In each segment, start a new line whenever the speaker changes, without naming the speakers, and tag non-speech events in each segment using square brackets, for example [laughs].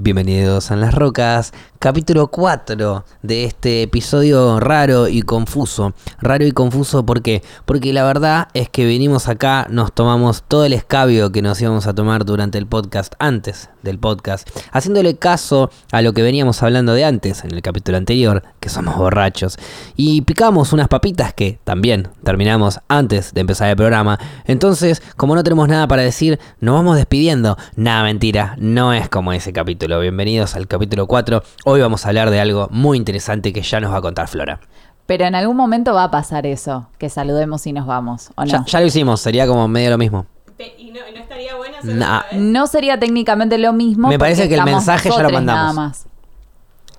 Bienvenidos a En las Rocas, capítulo 4 de este episodio raro y confuso. Raro y confuso ¿por qué? Porque la verdad es que venimos acá, nos tomamos todo el escabio que nos íbamos a tomar durante el podcast, antes del podcast, haciéndole caso a lo que veníamos hablando de antes, en el capítulo anterior, que somos borrachos. Y picamos unas papitas que también terminamos antes de empezar el programa. Entonces, como no tenemos nada para decir, nos vamos despidiendo. Nada, mentira, no es como ese capítulo. Bienvenidos al capítulo 4. Hoy vamos a hablar de algo muy interesante que ya nos va a contar Flora.
Pero en algún momento va a pasar eso, que saludemos y nos vamos, ¿o no?
Ya, ya lo hicimos, sería como medio lo mismo.
Pe- y no, y no estaría ¿eh? buena
Nah.
No sería técnicamente lo mismo.
Me parece
porque
que el
estamos
mensaje ya lo
nosotros
mandamos.
Nada más.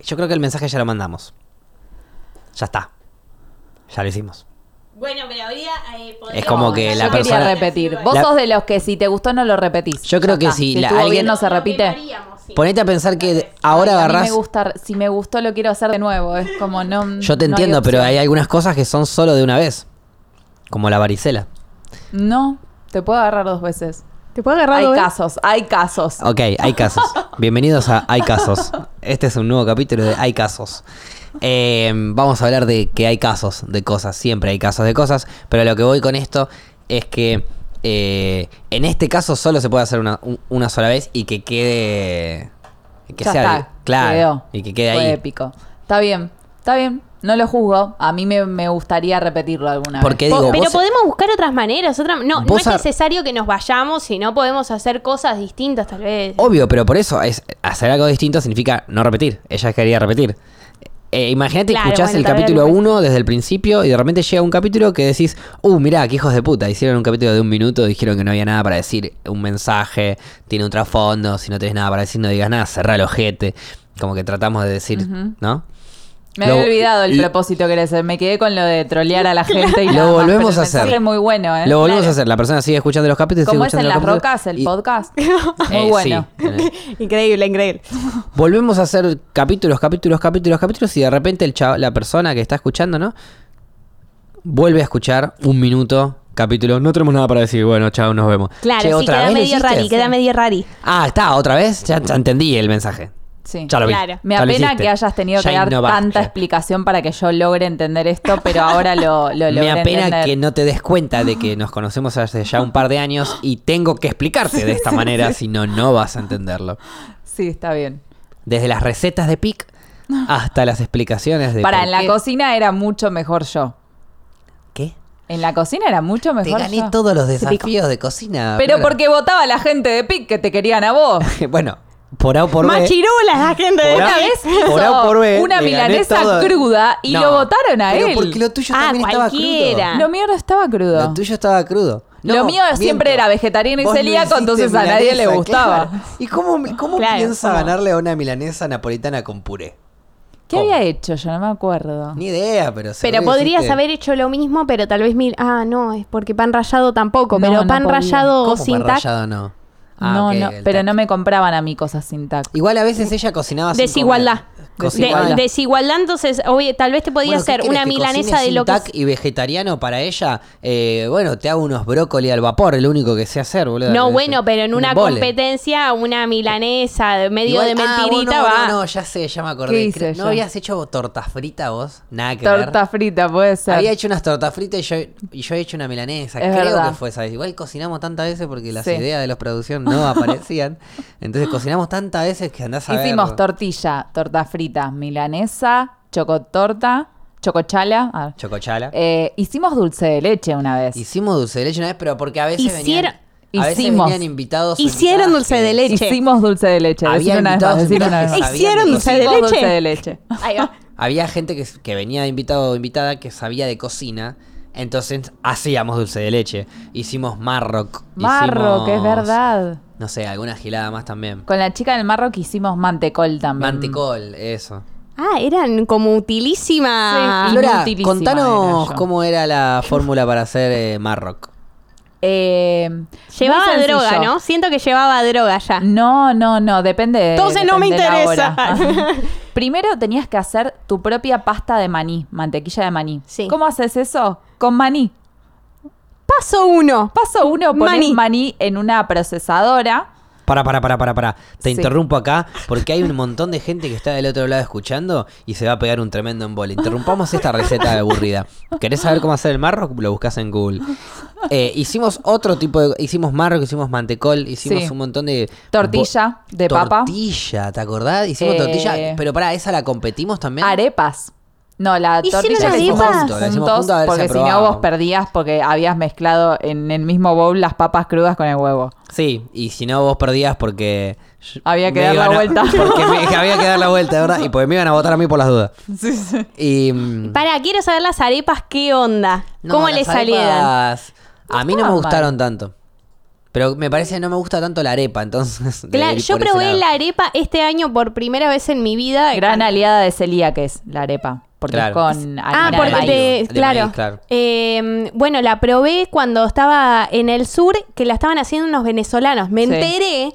Yo creo que el mensaje ya lo mandamos. Ya está. Ya lo hicimos.
Bueno, pero habría. eh, podríamos-
como que la
Yo
persona-
quería repetir. Vos
La-
sos de los que si te gustó no lo repetís.
Yo creo
Ya
que
está.
si
si
la-
estuvo
alguien-
bien, no se
Lo
repite.
quemaríamos, sí.
Ponete a pensar que ahora
Ay, a mí
agarrás...
me gusta, si me gustó lo quiero hacer de nuevo. Es como no.
Yo te
no hay
entiendo, pero
opción.
hay algunas cosas que son solo de una vez. Como la varicela.
No, te puedo agarrar dos veces.
Te puedo agarrar
hay
dos veces?
casos, hay casos.
Ok, hay
[laughs]
casos. Bienvenidos a Hay casos. Este es un nuevo capítulo de Hay casos. Eh, vamos a hablar de que hay casos de cosas, siempre hay casos de cosas, pero lo que voy con esto es que eh, en este caso solo se puede hacer una, un- una sola vez y que quede... Que
Ya
sea
está,
claro.
quedó.
Y que quede
Fue
ahí.
épico. Está bien, está bien. No lo juzgo. A mí me, me gustaría repetirlo alguna
Porque
vez.
digo,
pero
vos-
podemos buscar otras maneras. Otra, no, no
Vos
es
a-
necesario que nos vayamos, sino podemos hacer cosas distintas, tal vez.
Obvio, pero por eso es hacer algo distinto significa no repetir. Ella quería repetir. Eh, Imagínate,
Claro,
escuchás
bueno,
el
tal vez
capítulo
algo
1 desde el principio y de repente llega un capítulo que decís, uh, mirá, qué hijos de puta. Hicieron un capítulo de un minuto, dijeron que no había nada para decir, un mensaje, tiene un trasfondo, si no tenés nada para decir, no digas nada, cerrá el ojete. Como que tratamos de decir, ¿no?
Me
Lo-
había olvidado el
lo-
propósito que les me quedé con lo de trolear
[laughs]
a la gente y
Lo
nada más,
volvemos
pero el
a hacer.
mensaje es muy bueno, ¿eh?
Lo volvemos a hacer, la persona sigue escuchando los capítulos.
Como
sigue
es en
escuchando
las
los capítulos
rocas el
y- [laughs]
podcast. [laughs]
Eh, sí.
Muy bueno.
Increíble, increíble.
Volvemos a hacer capítulos, capítulos, capítulos, capítulos y de repente el chava- la persona que está escuchando, ¿no? Vuelve a escuchar un minuto, capítulo. No tenemos nada para decir. Bueno, chao, nos vemos.
Claro,
Che,
sí, queda
lo
medio
hiciste?
rari, queda medio rari.
Ah, está, otra vez. Ya, ya entendí el mensaje.
Sí.
Ya lo vi.
Claro.
Me
Ya lo
apena
hiciste.
que hayas tenido
Ya
que dar
innovaste.
tanta explicación para que yo logre entender esto, pero ahora lo,
[laughs]
lo logré
Me apena
entender.
que no te des cuenta de que nos conocemos hace ya un par de años y tengo que explicarte de
[laughs]
esta manera, si no, no vas a entenderlo.
Sí, está bien.
Desde las recetas de
[laughs]
PIC hasta las explicaciones de...
Para,
por
en la
qué-
cocina era mucho mejor yo.
¿Qué?
En la cocina era mucho
Te
mejor
gané
yo.
todos los desafíos de cocina.
Pero
Flora.
porque votaba la gente de PIC que te querían a vos.
[laughs] bueno, por A o por B.
Machirulas la gente de
por
Una
A- [laughs]
vez
por A o
hizo
por B,
una
le gané
milanesa
todo.
cruda y lo votaron a
pero
él.
Porque lo tuyo
Ah,
también estaba crudo.
cualquiera.
Lo mío no estaba crudo.
Lo tuyo estaba crudo.
Lo mío siempre era vegetariano y
Vos no
celíaco,
hiciste
entonces a nadie le gustaba.
claro. ¿Y cómo, cómo
Claro,
piensa
¿cómo?
ganarle a una milanesa napolitana con puré?
¿Qué
¿Cómo?
había hecho? Yo no me acuerdo.
Ni idea, pero
Pero
seguro
podrías
hiciste-
haber hecho lo mismo, pero tal vez mil. Ah, no, es porque pan rallado tampoco,
No,
pero
no
pan
podía.
rallado
¿Cómo
sin
pan
tac.
rallado no? Ah,
no,
ok,
no,
el
pero
tac.
no me compraban a mí cosas sin tac.
Igual a veces ella cocinaba sin
Desigualdad.
comer.
De-
Cocinaba-
Desigualdad.
desigualdad, entonces, obvio, tal vez te podía
Bueno, ¿qué
hacer
querés,
una
que
milanesa
cocine
de
sin
lo que.
tac y vegetariano para ella, Eh, bueno, te hago unos brócoli al vapor, el único que sé hacer, boludo.
No, bueno, pero en una
competencia
competencia, una milanesa de medio de
ah, no,
mentirita va.
No, no, ya sé, ya me acordé.
¿Qué hice
Creo-
yo?
¿No habías hecho tortas fritas vos? Nada que
Torta
ver.
frita, puede ser.
Había hecho unas tortas fritas y yo, y yo he hecho una milanesa.
Es
Creo
verdad.
que fue esa vez. Igual cocinamos tantas veces porque las
Sí.
ideas de la producción
[laughs]
no aparecían. Entonces cocinamos tantas veces que andás a ver.
Hicimos tortilla, torta frita, milanesa, chocotorta, chocochala. ah.
Chocochala.
Eh, hicimos dulce de leche una vez.
Hicimos dulce de leche una vez, pero porque a veces
Hicieron-
venían, a veces
hicimos.
venían invitados. o invitadas
Hicieron dulce
que-
de leche.
Hicimos dulce de leche.
Había
decir una vez más,
invitados
decir una vez
invitadas.
más.
¿Hicieron
Habían
dulce de
Hicimos
leche?
dulce de leche.
Ahí va.
Había gente que, que venía de invitado o invitada que sabía de cocina. Entonces hacíamos dulce de leche. Hicimos marroc.
Marro,
hicimos,
que es verdad.
No sé, alguna gilada más también.
Con la chica del marro que hicimos mantecol también.
Mantecol, eso.
Ah, eran como utilísimas.
Sí, y-
Flora,
Inutilísima
contanos
era yo.
cómo era la fórmula para hacer eh, marroc.
Eh,
Llevaba
muy sencillo.
droga, ¿no? Siento que llevaba droga ya.
Mm.
No, no, no, depende.
Entonces no me
depende la
interesa. [laughs]
hora. Primero tenías que hacer tu propia pasta de maní, mantequilla de maní.
Sí.
¿Cómo haces eso? Con maní.
Paso uno.
Paso uno, pones maní.
Maní.
en una procesadora.
para, para, para, para, para. Te
Sí.
interrumpo acá porque
[laughs]
hay un montón de gente que está del otro lado escuchando y se va a pegar un tremendo embole. Interrumpamos esta receta de aburrida. ¿Querés saber cómo hacer el marroc? Lo buscas en Google. Eh, hicimos otro tipo de... Hicimos marroc, hicimos mantecol, hicimos
Sí.
un montón de...
Tortilla
bo-
de papa.
Tortilla, ¿te acordás? Hicimos
Eh,
tortilla, pero para esa la competimos también.
Arepas. No, la
¿Hicieron
tortilla la hicimos
arepas?
juntos,
La hicimos juntos, a ver si
porque si no
aprobaba.
vos perdías porque habías mezclado en el mismo bowl las papas crudas con el huevo.
Sí, y si no vos perdías porque... yo-
Había que
me
dar la
iban a-
vuelta.
[laughs] Porque me- que había que dar la vuelta, ¿verdad? Y porque me iban a votar a mí por las dudas.
Sí, sí.
Y... mm,
Para, quiero saber las arepas, ¿qué onda?
no,
¿Cómo
las
le salieron?
arepas A mí no me
estaban
gustaron tanto. Pero me parece que no me gusta tanto la arepa, entonces... de
Claro,
ir
yo
por ese
probé
lado.
la arepa este año por primera vez en mi vida.
Gran aliada de Celia que es la arepa. Porque
Claro.
es con
Ah,
harina
por-
de
porque
maíz.
te-
De
claro.
maíz, claro.
Eh, bueno, la probé cuando estaba en el sur, que la estaban haciendo unos venezolanos. Me
Sí.
enteré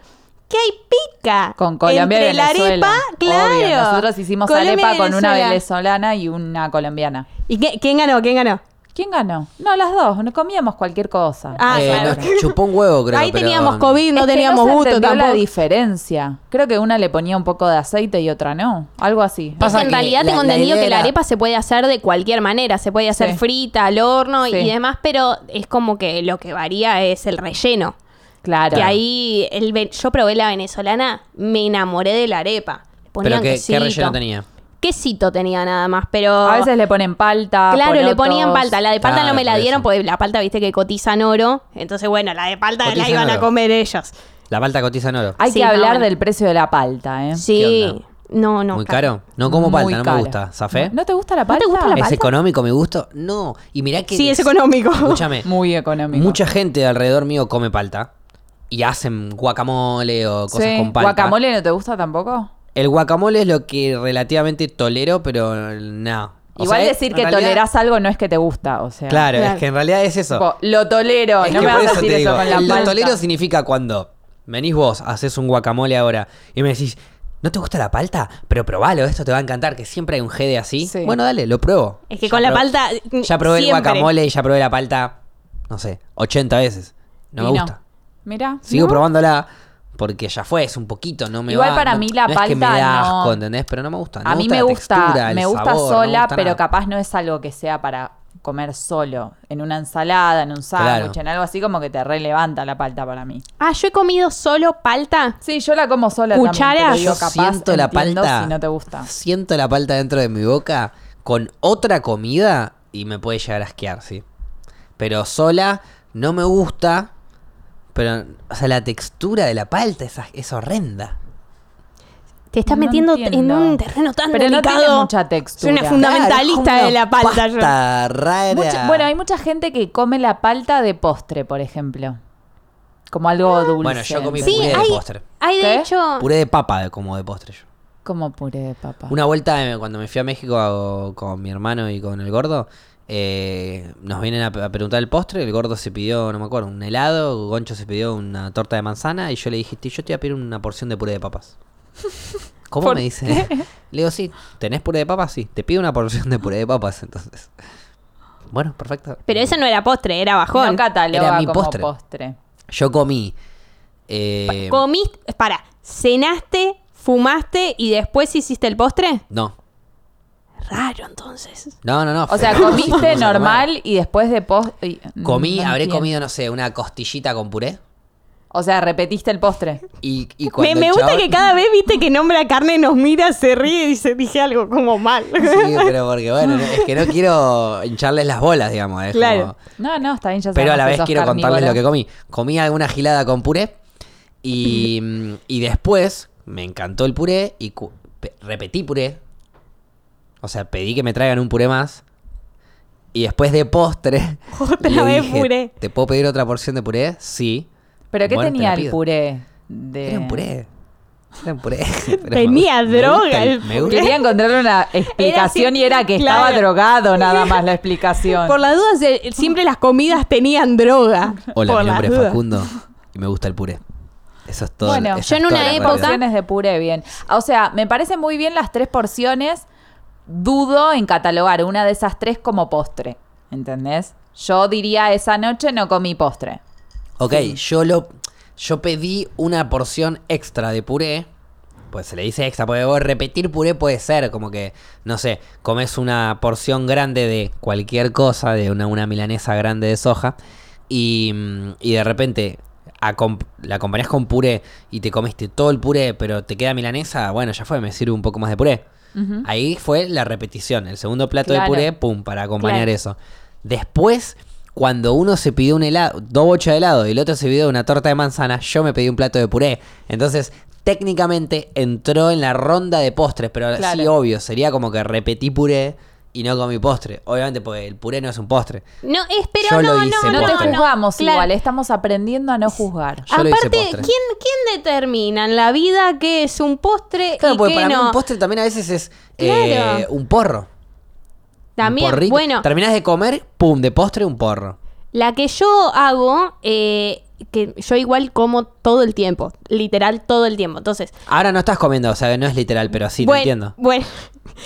que hay pica.
Con Colombia
entre
y Venezuela.
la arepa, claro.
Obvio, Nosotros hicimos
Colombia y
arepa con una
Venezuela.
venezolana y una colombiana.
¿Y qué- quién ganó? ¿Quién ganó?
¿Quién ganó? No, las dos. No comíamos cualquier cosa.
Ah,
Eh,
claro.
nos chupó un huevo, creo.
Ahí
pero-
teníamos COVID, [laughs] no
Es que
teníamos
se
gusto
entendió la
tampoco.
diferencia. Creo que una le ponía un poco de aceite y otra no. Algo así.
Pasa
en
que
realidad
la-
tengo
la
entendido
idea
que la
era-
arepa se puede hacer de cualquier manera, se puede hacer
Sí.
frita, al horno
Sí.
y demás, pero es como que lo que varía es el relleno.
Claro.
Que ahí el, ve- yo probé la venezolana, me enamoré de la arepa. Le
¿Pero
Ponían
qué, qué
quesito.
relleno tenía?
Quesito tenía nada más, pero
A veces le ponen palta.
claro, le
porotos.
ponían palta. La de palta
Claro,
no me la
por
dieron
eso.
porque la palta viste que cotizan oro, entonces bueno, la de palta
Cotizan
la iban a
oro.
comer ellos.
La palta cotiza en oro.
Hay
Sí,
que
no,
hablar
bueno.
del precio de la palta, ¿eh?
Sí.
onda?
No, no.
¿Muy caro? No como
Muy
palta, no
cara.
me gusta. ¿Safé?
¿No te gusta la
¿No
palta?
te gusta la
¿Es
palta?
económico mi gusto? No. Y mirá que...
Sí, es económico.
Escúchame.
Muy económico.
Mucha gente de alrededor mío come palta. Y hacen guacamole o cosas
Sí.
con palta.
¿Guacamole no te gusta tampoco?
El guacamole es lo que relativamente tolero, pero no. O
Igual
sea, es-
decir
en
que
realidad-
tolerás algo no es que te gusta, o sea.
Claro,
Claro.
es que en realidad es eso.
Tipo, lo tolero,
Es
no
que
me
por
vas a
eso
decir
te
eso
digo,
con la
el
palta.
tolero significa cuando venís vos, haces un guacamole ahora y me decís, ¿no te gusta la palta? Pero probalo, esto te va a encantar, que siempre hay un G de así.
Sí.
Bueno, dale, lo pruebo.
[laughs] Es que
Ya
con la
pro-
palta, mm,
Ya probé
siempre.
el guacamole y ya probé la palta, no sé, 80 veces. No
Y
me gusta.
Mira.
Sigo
¿no?
probándola porque ya fue, es un poquito, no me
Igual
va-
para
no-
mí la
no es que me
palta
da
no.
asco, ¿entendés? Pero no me gusta. no
A mí me
la
gusta,
textura, el
me gusta
sabor, no me
sola,
gusta
pero
nada.
capaz no es algo que sea para comer solo. En una ensalada, en un sándwich,
Claro.
en algo así como que te relevanta la palta para mí.
Ah, yo he comido solo palta.
Sí, yo la como sola
Cuchara.
también. pero
Yo
digo, capaz
siento la
entiendo
palta.
Si no te gusta.
Siento la palta dentro de mi boca con otra comida y me puede llegar a asquear, sí. Pero sola no me gusta. Pero, o sea, la textura de la palta es, as- es horrenda.
Te estás
No
metiendo en
entiendo.
un terreno tan
Pero no
delicado.
tiene mucha textura.
Soy una fundamentalista
Claro, es como
de la
una
palta. yo.
pasta rara.
Mucha- bueno, hay mucha gente que come la palta de postre, por ejemplo. Como algo dulce.
Ah. Bueno, yo comí
Sí,
puré de
hay-
postre.
Hay de
¿Qué?
hecho.
Puré de papa de- como de postre yo.
Como puré de papa.
Una vuelta eh, cuando me fui a México a- con mi hermano y con el gordo, eh, nos vienen a, a preguntar el postre. El gordo se pidió, no me acuerdo, un helado. Goncho se pidió una torta de manzana. Y yo le dije, "Ti, yo te voy a pedir una porción de puré de papas. ¿Cómo
¿Por
me dice? [laughs] Le digo, sí, ¿tenés puré de papas? Sí, te pido una porción de puré de papas. Entonces, bueno, perfecto.
Pero eso no era postre, era bajón.
no cataloga
Era mi
como
postre.
postre.
Yo comí. eh,
Comiste. Para, cenaste, fumaste y después hiciste el postre.
no,
Raro, entonces.
no, no, no.
O sea,
feo, [laughs] sí, fuimos a
comiste
comer.
normal y mm, después de postre.
Comí, habré comido, no sé, una costillita con puré.
O sea, repetiste el postre.
Y, y cuando
Me, me
el
gusta
chabón-
que cada vez viste que nombra carne, nos mira, se ríe y dice, dije algo como mal.
[laughs] Sí, pero porque bueno, no- es que no quiero hincharles las bolas, digamos. es
Claro.
como-
No, no, está bien, ya
Pero a
sabemos
la
que
vez
sos
quiero contarles
carnívoro.
lo que comí. Comí alguna gilada con puré
[laughs]
y, mm, y después me encantó el puré y cu- pe- repetí puré. O sea, pedí que me traigan un puré más. Y después de postre.
[laughs] Otra
le
vez
dije,
puré.
¿Te puedo pedir otra porción de puré? Sí.
¿Pero qué
Bueno, te la
tenía el
pido.
puré? De...
Era un puré. Era un puré. [laughs] Pero me
Tenía
gusta
droga el
me gusta
Quería encontrarle una
Era
explicación
así,
y era que
claro.
estaba drogado nada más la explicación.
Por las dudas, eh, siempre las comidas tenían droga.
Hola,
Por
mi
las
nombre es
dudas.
Facundo y me gusta el puré. Eso es todo.
Bueno,
esa
yo en
es
una
toda la
época-
realidad.
porciones de puré, bien. Ah, O sea, me parecen muy bien las tres porciones. Dudo en catalogar una de esas tres como postre. ¿Entendés? Yo diría esa noche no comí postre.
Ok, yo lo. Yo pedí una porción extra de puré. Pues se le dice extra, porque vos repetir puré puede ser como que, no sé, comes una porción grande de cualquier cosa, de una, una milanesa grande de soja, y, mm, y de repente acom- la acompañás con puré y te comiste todo el puré, pero te queda milanesa, bueno, ya fue, me sirve un poco más de puré. Ahí fue la repetición, el segundo plato de
Claro.
puré, pum, para acompañar
Claro.
eso. Después, cuando uno se pidió un helado, dos bochas de helado y el otro se pidió una torta de manzana, yo me pedí un plato de puré. Entonces, técnicamente entró en la ronda de postres, pero
Claro.
sí, obvio, sería como que repetí puré y no comí postre. Obviamente, porque el puré no es un postre.
No, es, pero
Yo lo
no,
hice,
no,
No te
postre.
jugamos
claro.
igual, estamos aprendiendo a no juzgar.
¿eh? Yo lo hice
Aparte,
postre.
¿quién, ¿quién determina en la vida qué es un postre
Claro,
y
porque
qué
para
no?
mí un postre también a veces es
Claro.
eh, un porro.
También,
un porrito.
bueno,
Terminás de comer, pum, de postre un porro.
la que yo hago, eh, que yo igual como todo el tiempo, literal todo el tiempo. Entonces,
Ahora no estás comiendo, o sea, no es literal, pero sí,
bueno,
te entiendo.
bueno,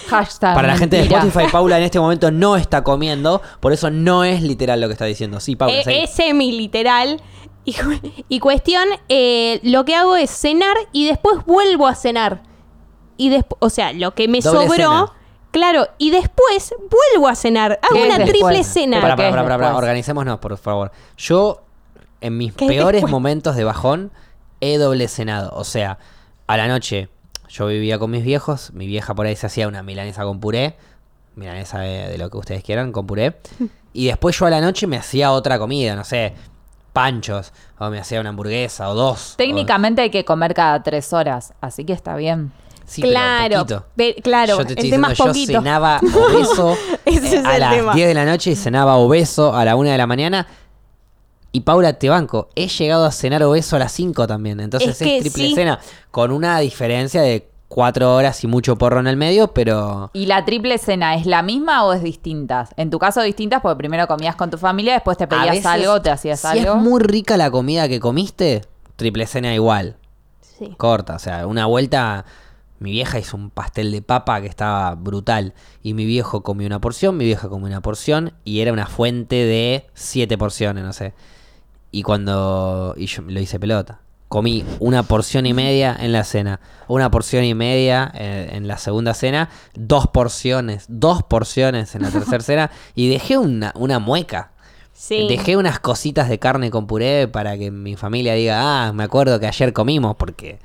Hashtag.
Para la gente de
Ah, mentira.
Spotify, Paula en este momento no está comiendo, por eso no es literal lo que está diciendo. Sí, Paula,
eh,
seguí.
es semi-literal. Y, cu- y cuestión, eh, lo que hago es cenar y después vuelvo a cenar. Y desp- o sea, lo que me
Doble
sobró,
cena.
claro, y después vuelvo a cenar. Hago
¿Qué
una
después?
triple
Pero
cena.
Pará,
¿qué
pará,
es
pará, pará,
después?
organicémonos, por favor. Yo, en mis
¿Qué
peores
después?
momentos de bajón, he doble cenado. O sea, a la noche yo vivía con mis viejos, mi vieja por ahí se hacía una milanesa con puré, milanesa de, de lo que ustedes quieran, con
[laughs]
puré. Y después yo a la noche me hacía otra comida, no sé, panchos, o me hacía una hamburguesa, o dos. o-
Técnicamente hay que comer cada tres horas, así que está bien.
Sí, pero
claro,
poquito.
pe- claro,
yo te estoy
el tema es
diciendo,
poquito.
yo
[laughs]
cenaba obeso
Ese
eh,
es
a
el
las
tema.
10 de la noche y cenaba obeso a la 1 de la mañana. Y Paula, te banco, he llegado a cenar obeso a las 5 también. Entonces es,
Es que
triple
sí.
cena, con una diferencia de 4 horas y mucho porro en el medio, pero...
¿Y la triple cena es la misma o es distinta? En tu caso distintas porque primero comías con tu familia, después te
a
pedías
veces,
algo, te hacías
si
algo.
es muy rica la comida que comiste, triple cena igual.
Sí.
corta. O sea, una vuelta mi vieja hizo un pastel de papa que estaba brutal. Y mi viejo comió una porción, mi vieja comió una porción. Y era una fuente de siete porciones, no sé. Y cuando... Y yo lo hice pelota. Comí una porción y media en la cena. Una porción y media eh, en la segunda cena. Dos porciones. Dos porciones en la tercera cena. Y dejé una, una mueca.
Sí.
Dejé unas cositas de carne con puré para que mi familia diga, ah, me acuerdo que ayer comimos porque...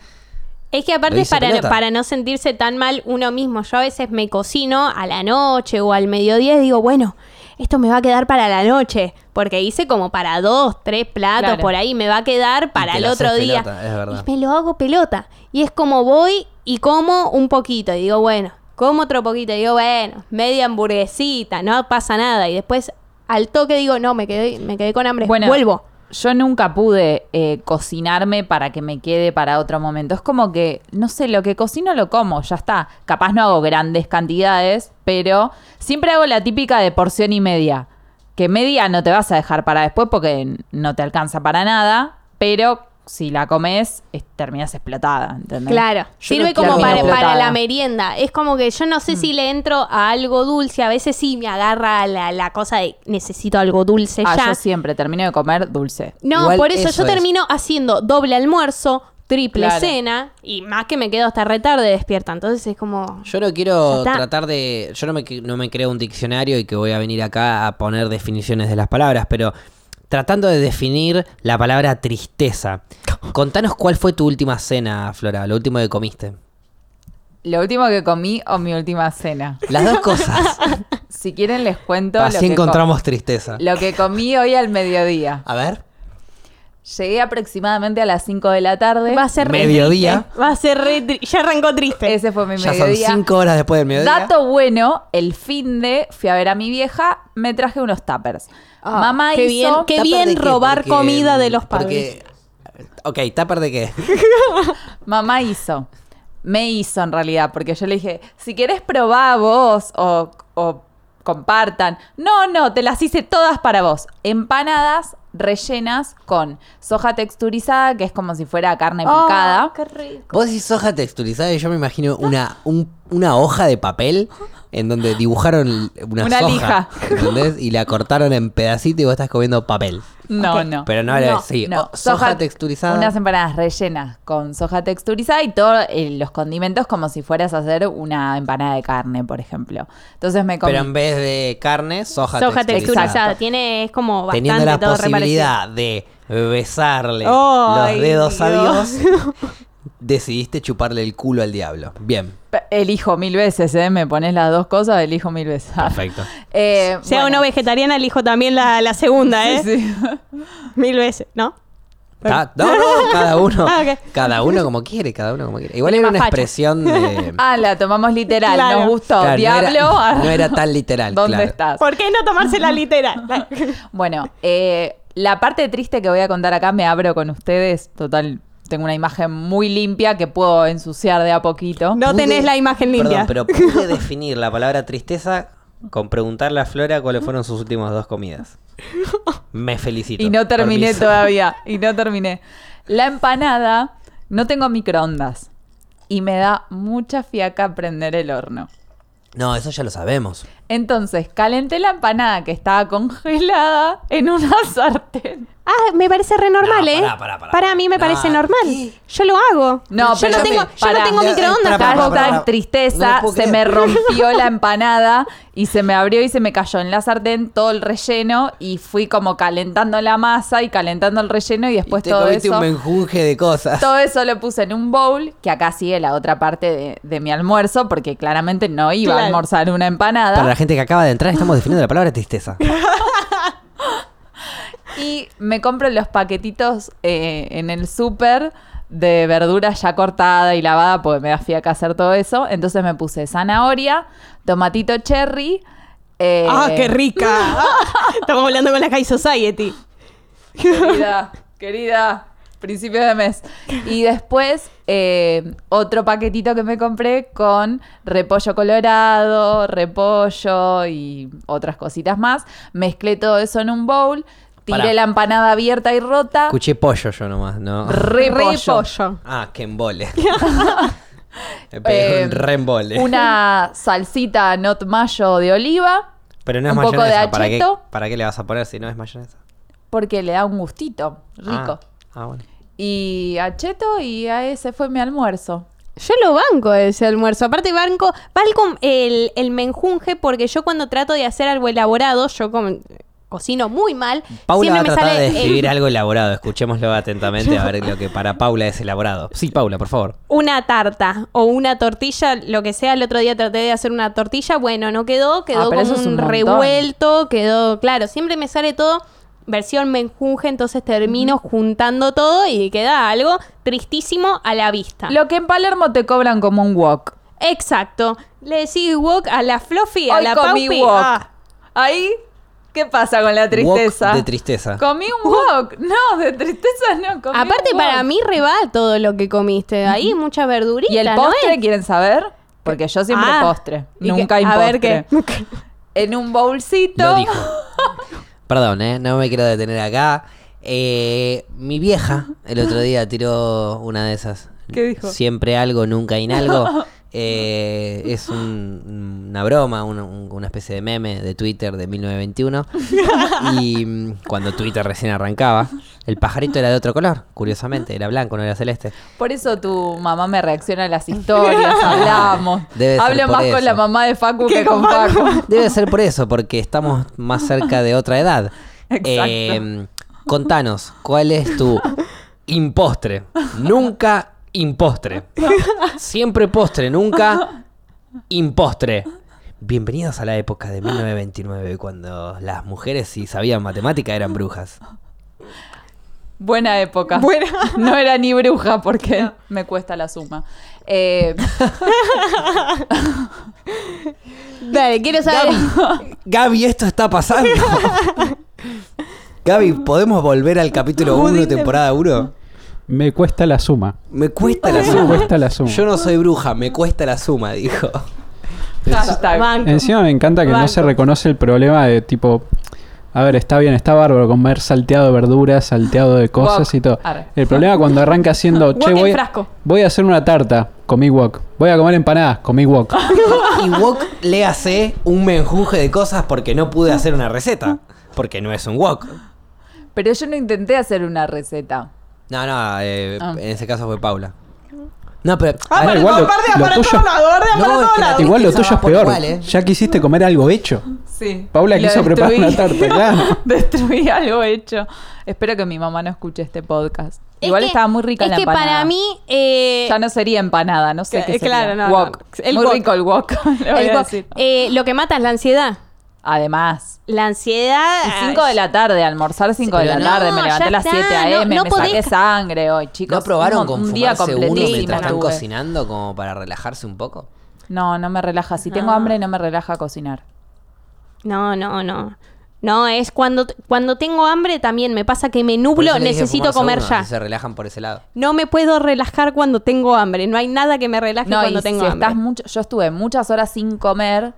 Es que
Lo
aparte es
hice
para,
pelota.
para no sentirse tan mal uno mismo. Yo a veces me cocino a la noche o al mediodía y digo, bueno, esto me va a quedar para la noche. Porque hice como para dos, tres platos
Claro.
por ahí, me va a quedar para
te
el
lo
otro
haces
día.
pelota, es verdad.
y me lo hago pelota. Y es como voy y como un poquito. Y digo, bueno, como otro poquito. Y digo, bueno, media hamburguesita, no pasa nada. Y después al toque digo, no, me quedé, me quedé con hambre.
Bueno,
Vuelvo.
Yo nunca pude eh, cocinarme para que me quede para otro momento. Es como que, no sé, lo que cocino lo como, ya está. Capaz no hago grandes cantidades, pero siempre hago la típica de porción y media. Que media no te vas a dejar para después porque no te alcanza para nada, pero si la comes, es- terminas explotada, ¿entendés?
Claro,
Yo
sirve
no
como
quiero
para,
una
para
botada.
la merienda. Es como que yo no
Mm.
sé si le entro a algo dulce. A veces sí me agarra la, la cosa de necesito algo dulce
Ah,
ya.
yo siempre termino de comer dulce.
No,
Igual
por eso,
eso
yo
es.
termino haciendo doble almuerzo, triple
Claro.
cena y más que me quedo hasta retarde despierta. Entonces es como.
Yo no
Ya
quiero
está.
tratar de. Yo no me, cre- no me creo un diccionario y que voy a venir acá a poner definiciones de las palabras, pero tratando de definir la palabra
[laughs]
tristeza. Contanos cuál fue tu última cena, Flora, lo último que comiste.
Lo último que comí o mi última cena.
Las dos
[laughs]
cosas.
Si quieren les cuento lo
Así
que, co-
encontramos tristeza.
lo que comí hoy al mediodía.
A ver.
Llegué aproximadamente a las 5 de la tarde.
Va a ser re
Mediodía.
triste. Va a ser re tri- Ya arrancó triste.
Ese fue mi
Ya son
mediodía.
cinco horas después del mediodía.
Dato bueno, el fin de fui a ver a mi vieja, me traje unos tuppers.
Ah,
Mamá
qué
hizo
bien, qué
¿Tupper de
bien
qué?
robar
Porque-
comida de los padres.
porque- Ok, ¿tupper de qué?
Mamá hizo. Me hizo en realidad, porque yo le dije, si querés probá vos o, o compartan. No, no, te las hice todas para vos. Empanadas rellenas con soja texturizada, que es como si fuera carne
Oh,
picada.
qué rico.
Vos decís soja texturizada y yo me imagino una, un, una hoja de papel en donde dibujaron una,
Una
soja,
lija.
¿entendés? Y la cortaron en pedacitos y vos estás comiendo papel.
No, no.
Pero no, era
No,
sí,
No,
o- soja, texturizada.
Unas empanadas rellenas con soja texturizada y todos los condimentos como si fueras a hacer una empanada de carne, por ejemplo. Entonces me comí.
Pero en vez de carne, soja,
Soja
texturizada.
texturizada. Tiene, es como bastante
Teniendo la
todo reparecido.
posibilidad de besarle
Ay,
los dedos a
Dios.
Dios, decidiste chuparle el culo al diablo. Bien,
Pe- Elijo mil veces, ¿eh? Me pones las dos cosas, elijo mil veces.
perfecto.
[laughs] Eh,
Sea
bueno.
uno vegetariana, elijo también la, la segunda, ¿eh?
Sí,
Mil veces, ¿no?
Ca- no, no, cada uno.
Ah, ok.
Cada uno como quiere, cada uno como quiere. Igual era
más
una
facha.
expresión de.
Ah, la tomamos literal.
Claro.
Nos gustó.
Claro, no era- [laughs]
Diablo.
No era, tan literal.
[laughs] ¿Dónde
claro.
estás?
¿Por qué no tomarse la [laughs] literal?
Bueno, eh, la parte triste que voy a contar acá me abro con ustedes. Total, tengo una imagen muy limpia que puedo ensuciar de a poquito.
No
Pude-
tenés la imagen limpia.
Perdón, pero pude definir la palabra tristeza con preguntarle a Flora cuáles fueron sus últimas dos comidas. Me felicito.
Y no terminé
Permiso. [laughs]
todavía. Y no terminé. La empanada, no tengo microondas. Y me da mucha fiaca prender el horno.
No, eso ya lo sabemos.
Entonces, calenté la empanada que estaba congelada en una [laughs] sartén.
Ah, me parece re normal,
No,
¿eh?
pará, pará, pará.
Para mí me
No,
parece
¿qué?
normal. Yo lo hago.
No,
yo
pero
no tengo,
me-
yo no
pará.
tengo microondas
Pará, pará,
tampoco.
pará, pará.
Hashtag tristeza,
No lo puedo
se
creer.
me rompió
[laughs]
la empanada y se me abrió y se me cayó en la sartén todo el relleno y fui como calentando la masa y calentando el relleno y después
Y te
todo
comiste
eso.
un menjunje de cosas.
[laughs] Todo eso lo puse en un bowl, que acá sigue la otra parte de, de mi almuerzo, porque claramente no iba a
Claro.
almorzar una empanada.
Para la gente que acaba de entrar, estamos definiendo la palabra tristeza.
Y me compro los paquetitos eh, en el súper de verduras ya cortada y lavada, porque me da fiaca hacer todo eso. Entonces me puse zanahoria, tomatito cherry. eh,
¡Ah, qué rica! [laughs] Estamos hablando con la High [laughs] Society.
Querida,
[laughs]
querida, principio de mes. Y después eh, otro paquetito que me compré con repollo colorado, repollo y otras cositas más. Mezclé todo eso en un bowl, tiré
Pará.
la empanada abierta y rota.
Escuché pollo yo nomás, ¿no?
Repollo.
Repollo.
Ah, que embole. [laughs] Me pegué
Eh,
un re embole. [laughs]
Una salsita not mayo de oliva,
Pero no es
un poco
mayonesa.
de
¿Para, qué,
acheto.
¿Para qué le vas a poner si no es mayonesa?
porque le da un gustito rico.
Ah, ah, bueno.
Y acheto y a ese fue mi almuerzo.
Yo lo banco ese almuerzo. Aparte, banco, banco el, el menjunje porque yo cuando trato de hacer algo elaborado, yo como- cocino muy mal.
Paula va a
siempre me
tratar
sale
de
el-
escribir algo elaborado. Escuchémoslo atentamente a ver lo que para Paula es elaborado. Sí, Paula, por favor.
una tarta o una tortilla, lo que sea. El otro día traté de hacer una tortilla, bueno, no quedó, quedó
Ah, pero eso
como
es
un,
un montón.
revuelto, quedó, claro, siempre me sale todo versión menjunje, entonces termino juntando todo y queda algo tristísimo a la
Ah.
vista.
Lo que en Palermo te cobran como un wok.
Exacto. Le decís wok a la Fluffy, a
Hoy
la
comí
Paupi.
wok.
Ah,
Ahí, ¿qué pasa con la tristeza?
Wok de tristeza.
Comí un wok. No, de tristeza no. Comí
Aparte,
un wok.
para mí reba todo lo que comiste. Ahí mucha verdurita.
¿Y el
¿no
postre
es?
quieren saber? Porque yo siempre
Ah.
postre.
Y que-
Nunca hay
a ver
postre. [laughs]
qué.
En un bowlcito.
Lo dijo. [laughs] Perdón, ¿eh? no me quiero detener acá. Eh, mi vieja el otro día tiró una de esas.
¿Qué dijo?
Siempre algo, nunca hay algo. Eh, es un- una broma, un- un- una especie de meme de Twitter de 1921. Y mm, cuando Twitter recién arrancaba, el pajarito era de otro color, curiosamente, era blanco, no era celeste.
Por eso tu mamá me reacciona a las
[laughs]
historias, hablamos.
Debe ser
Hablo
por
más
eso.
con la mamá de Facu
¿Qué
que con
con Facu?
Facu.
Debe ser por eso, porque estamos más cerca de otra edad.
Exacto.
Eh, contanos, ¿cuál es tu impostre? Nunca impostre. Siempre postre, nunca impostre. Bienvenidos a la época de 1929, cuando las mujeres, si sabían matemática, eran brujas.
Buena época.
Buena.
[laughs] No era ni bruja porque me cuesta la suma. Eh, [laughs]
Dale, quiero [laughs] saber.
Gaby, esto está pasando. Gaby, ¿podemos volver al capítulo 1, temporada 1?
Me cuesta la suma.
Me cuesta la
Me
suma.
cuesta la suma.
Yo no soy bruja, me cuesta la suma,
[laughs]
dijo.
hashtag.
Banco.
Encima me encanta que no se
Banco.
reconoce el problema de tipo. A ver, está bien, está bárbaro comer salteado de verduras, salteado de cosas
Wok.
y todo.
Arre.
El problema cuando arranca haciendo, che,
en
voy,
frasco".
voy a hacer una tarta. comí wok. Voy a comer empanadas, comí wok.
Ah, Y wok le hace un menjuje de cosas porque no pude hacer una receta. Porque no es un wok.
Pero yo no intenté hacer una receta.
No, no, eh,
Ah.
en ese caso fue Paula. No, pero.
Ah,
a ver,
pero igual lo-
Aparte,
lo
para
tuyo-
todos lados, ¿verdad?
No,
para
es
todos
que la
lados.
te-
Igual lo tuyo es
Por
peor.
igual, ¿eh?
Ya quisiste comer algo hecho.
Sí.
Paula
Y lo
quiso preparar
[laughs]
una
destruí.
tarta,
[laughs]
claro.
Destruí algo hecho. Espero que mi mamá no escuche este podcast.
Es
Igual
que-
estaba muy rica
es
la
que
empanada.
para mí... eh,
Ya no sería empanada, no sé
Cla-
qué sería.
claro, no, no.
Wok.
El
muy
wok.
rico el wok, [laughs] le voy
el
a
wok-
decir.
eh, lo que mata es la ansiedad.
Además.
La ansiedad...
Y 5 de la tarde, almorzar 5 de
pero
la
no,
tarde, me
ya
levanté a las
está,
7 a.m.,
no- no
me
podés
saqué
ca-
sangre hoy, chicos.
¿No probaron con
un día
fumarse uno
completísimo
mientras están
tuve.
cocinando como para relajarse un poco?
No, no me relaja. Si tengo
No.
hambre, no me relaja cocinar.
No, no, no. No, es cuando, cuando tengo hambre también me pasa que me nublo,
Por eso le dije
necesito
fumarse
comer
uno,
ya.
así Se relajan por ese lado.
No me puedo relajar cuando tengo hambre. No hay nada que me relaje
No,
cuando
y
tengo
si
hambre.
estás mucho, yo estuve muchas horas sin comer,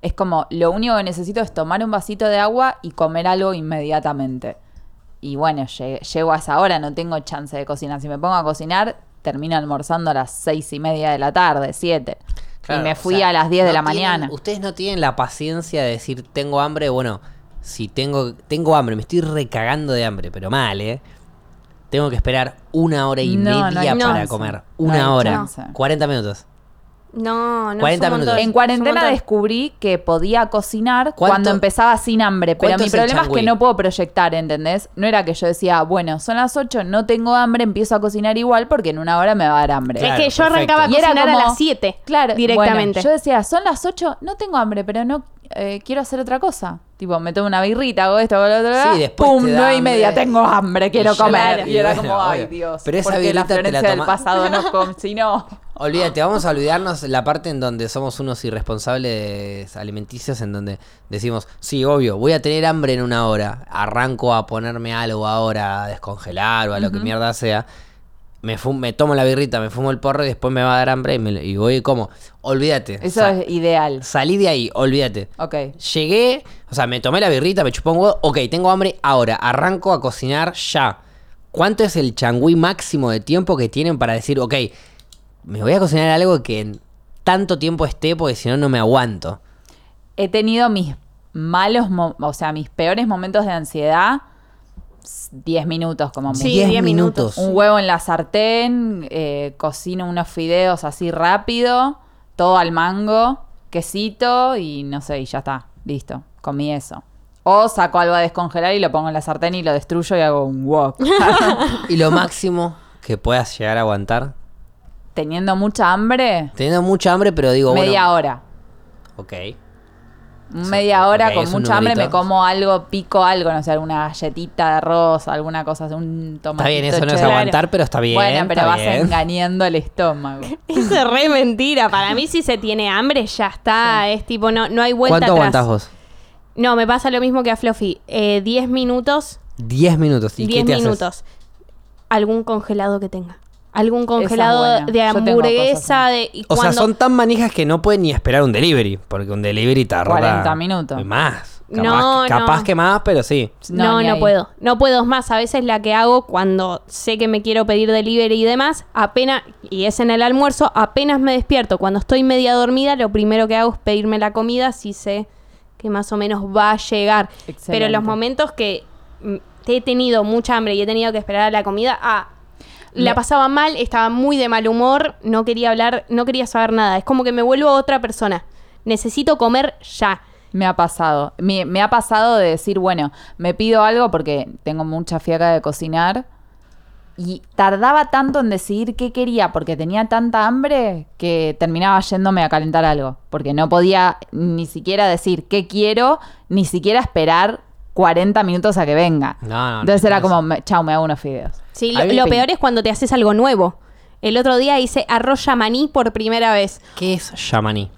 es como lo único que necesito es tomar un vasito de agua y comer algo inmediatamente. Y bueno, lle- llego a esa hora, no tengo chance de cocinar. Si me pongo a cocinar, termino almorzando a las seis y media de la tarde, siete.
Claro,
y me
o
fui
sea,
a las 10 de
no
la
tienen-
mañana.
Ustedes no tienen la paciencia de decir, tengo hambre, bueno, si tengo, tengo hambre, me estoy recagando de hambre, pero mal, ¿eh? Tengo que esperar una hora y
No, no hay
media
chance.
para comer.
No
Una
hay
hora.
chance.
40 minutos.
No, no.
40
es
minutos.
un montón,
En
es
En
un
cuarentena
montón.
descubrí que podía cocinar
¿Cuánto-
cuando empezaba sin hambre, pero
cuánto
mi
es el
problema es que
changüí?
no puedo proyectar, ¿entendés? No era que yo decía, bueno, son las 8, no tengo hambre, empiezo a cocinar igual porque en una hora me va a dar hambre.
Claro,
es que yo
perfecto.
arrancaba a
Y era
cocinar a
como-
las 7.
Claro,
Directamente.
bueno, yo decía, son las 8, no tengo hambre, pero no eh, quiero hacer otra cosa. Tipo, me tomo una birrita, hago esto, hago lo otro,
Sí, después
pum,
te da
9 y media,
hambre.
tengo hambre, quiero
ya,
comer.
claro. [laughs]
Y era
Y bueno,
como, ay,
obvio.
Dios,
Pero esa
porque la
birrita te la
Florencia del
toma-
pasado no cocinó.
Olvídate, vamos a olvidarnos la parte en donde somos unos irresponsables alimenticios, en donde decimos, sí, obvio, voy a tener hambre en una hora, arranco a ponerme algo ahora, a descongelar o a lo que mierda sea, me, fu- me tomo la birrita, me fumo el porro y después me va a dar hambre y, me- y voy como, olvídate.
Eso
Sa-
es ideal.
Salí de ahí, olvídate.
Ok.
Llegué, o sea, me tomé la birrita, me chupó un huevo. Ok, tengo hambre ahora. Arranco a cocinar ya. ¿Cuánto es el changüí máximo de tiempo que tienen para decir, ok, me voy a cocinar algo que en tanto tiempo esté porque si no, no me aguanto?
he tenido mis malos, mo- o sea, mis peores momentos de ansiedad, s- 10 minutos como mucho.
Sí, 10 minutos.
Un huevo en la sartén, eh, cocino unos fideos así rápido, todo al mango, quesito y no sé, y ya está, listo, comí eso. O saco algo a descongelar y lo pongo en la sartén y lo destruyo y hago un wok. [laughs]
Y lo máximo que puedas llegar a aguantar.
Teniendo mucha hambre,
Teniendo mucha hambre, pero digo,
media
bueno.
hora.
Ok.
Un media hora
ok,
con
es un
mucha hambre me
numerito.
como algo, pico algo, no sé, alguna galletita de arroz, alguna cosa, un
Está
tomate.
bien, eso no es aguantar, pero está bien.
Bueno, pero
está
vas
bien.
engañando el estómago.
[laughs]
Eso [laughs] es re mentira. Para mí, si se tiene hambre, ya está. Es tipo, no, no hay vuelta
¿Cuánto
atrás.
aguantás vos?
No, me pasa lo mismo que a Fluffy. Eh, 10 minutos
10 minutos. ¿Y
10
qué te haces?
minutos. Algún congelado que tenga. Algún congelado
buena.
de
Yo tengo
hamburguesa.
cosas
De, y
O sea,
cuando-
son tan manijas que no pueden ni esperar un delivery, porque un delivery tarda
40 minutos.
Más. Capaz,
No,
que- capaz
no.
que más, pero sí.
No,
ni
no
ahí.
puedo. No puedo es más. A veces la que hago cuando sé que me quiero pedir delivery y demás, apenas, y es en el almuerzo, apenas me despierto. Cuando estoy media dormida, lo primero que hago es pedirme la comida si sé que más o menos va a llegar.
Excelente.
Pero los momentos que mm, he tenido mucha hambre y he tenido que esperar a la comida, ah, la
Me-
pasaba mal, estaba muy de mal humor, no quería hablar, no quería saber nada. Es como que me vuelvo otra persona. Necesito comer ya.
Me ha pasado. Me, me ha pasado de decir, bueno, me pido algo porque tengo mucha fiaca de cocinar. Y tardaba tanto en decidir qué quería porque tenía tanta hambre que terminaba yéndome a calentar algo. Porque no podía ni siquiera decir qué quiero, ni siquiera esperar 40 minutos a que venga.
No, no, no,
Entonces era
no.
como, me- chau, me hago unos fideos.
Sí,
A
lo,
mí me
lo
pe-
peor es cuando te haces algo nuevo. El otro día hice arroz maní por primera vez.
¿Qué es yamaní?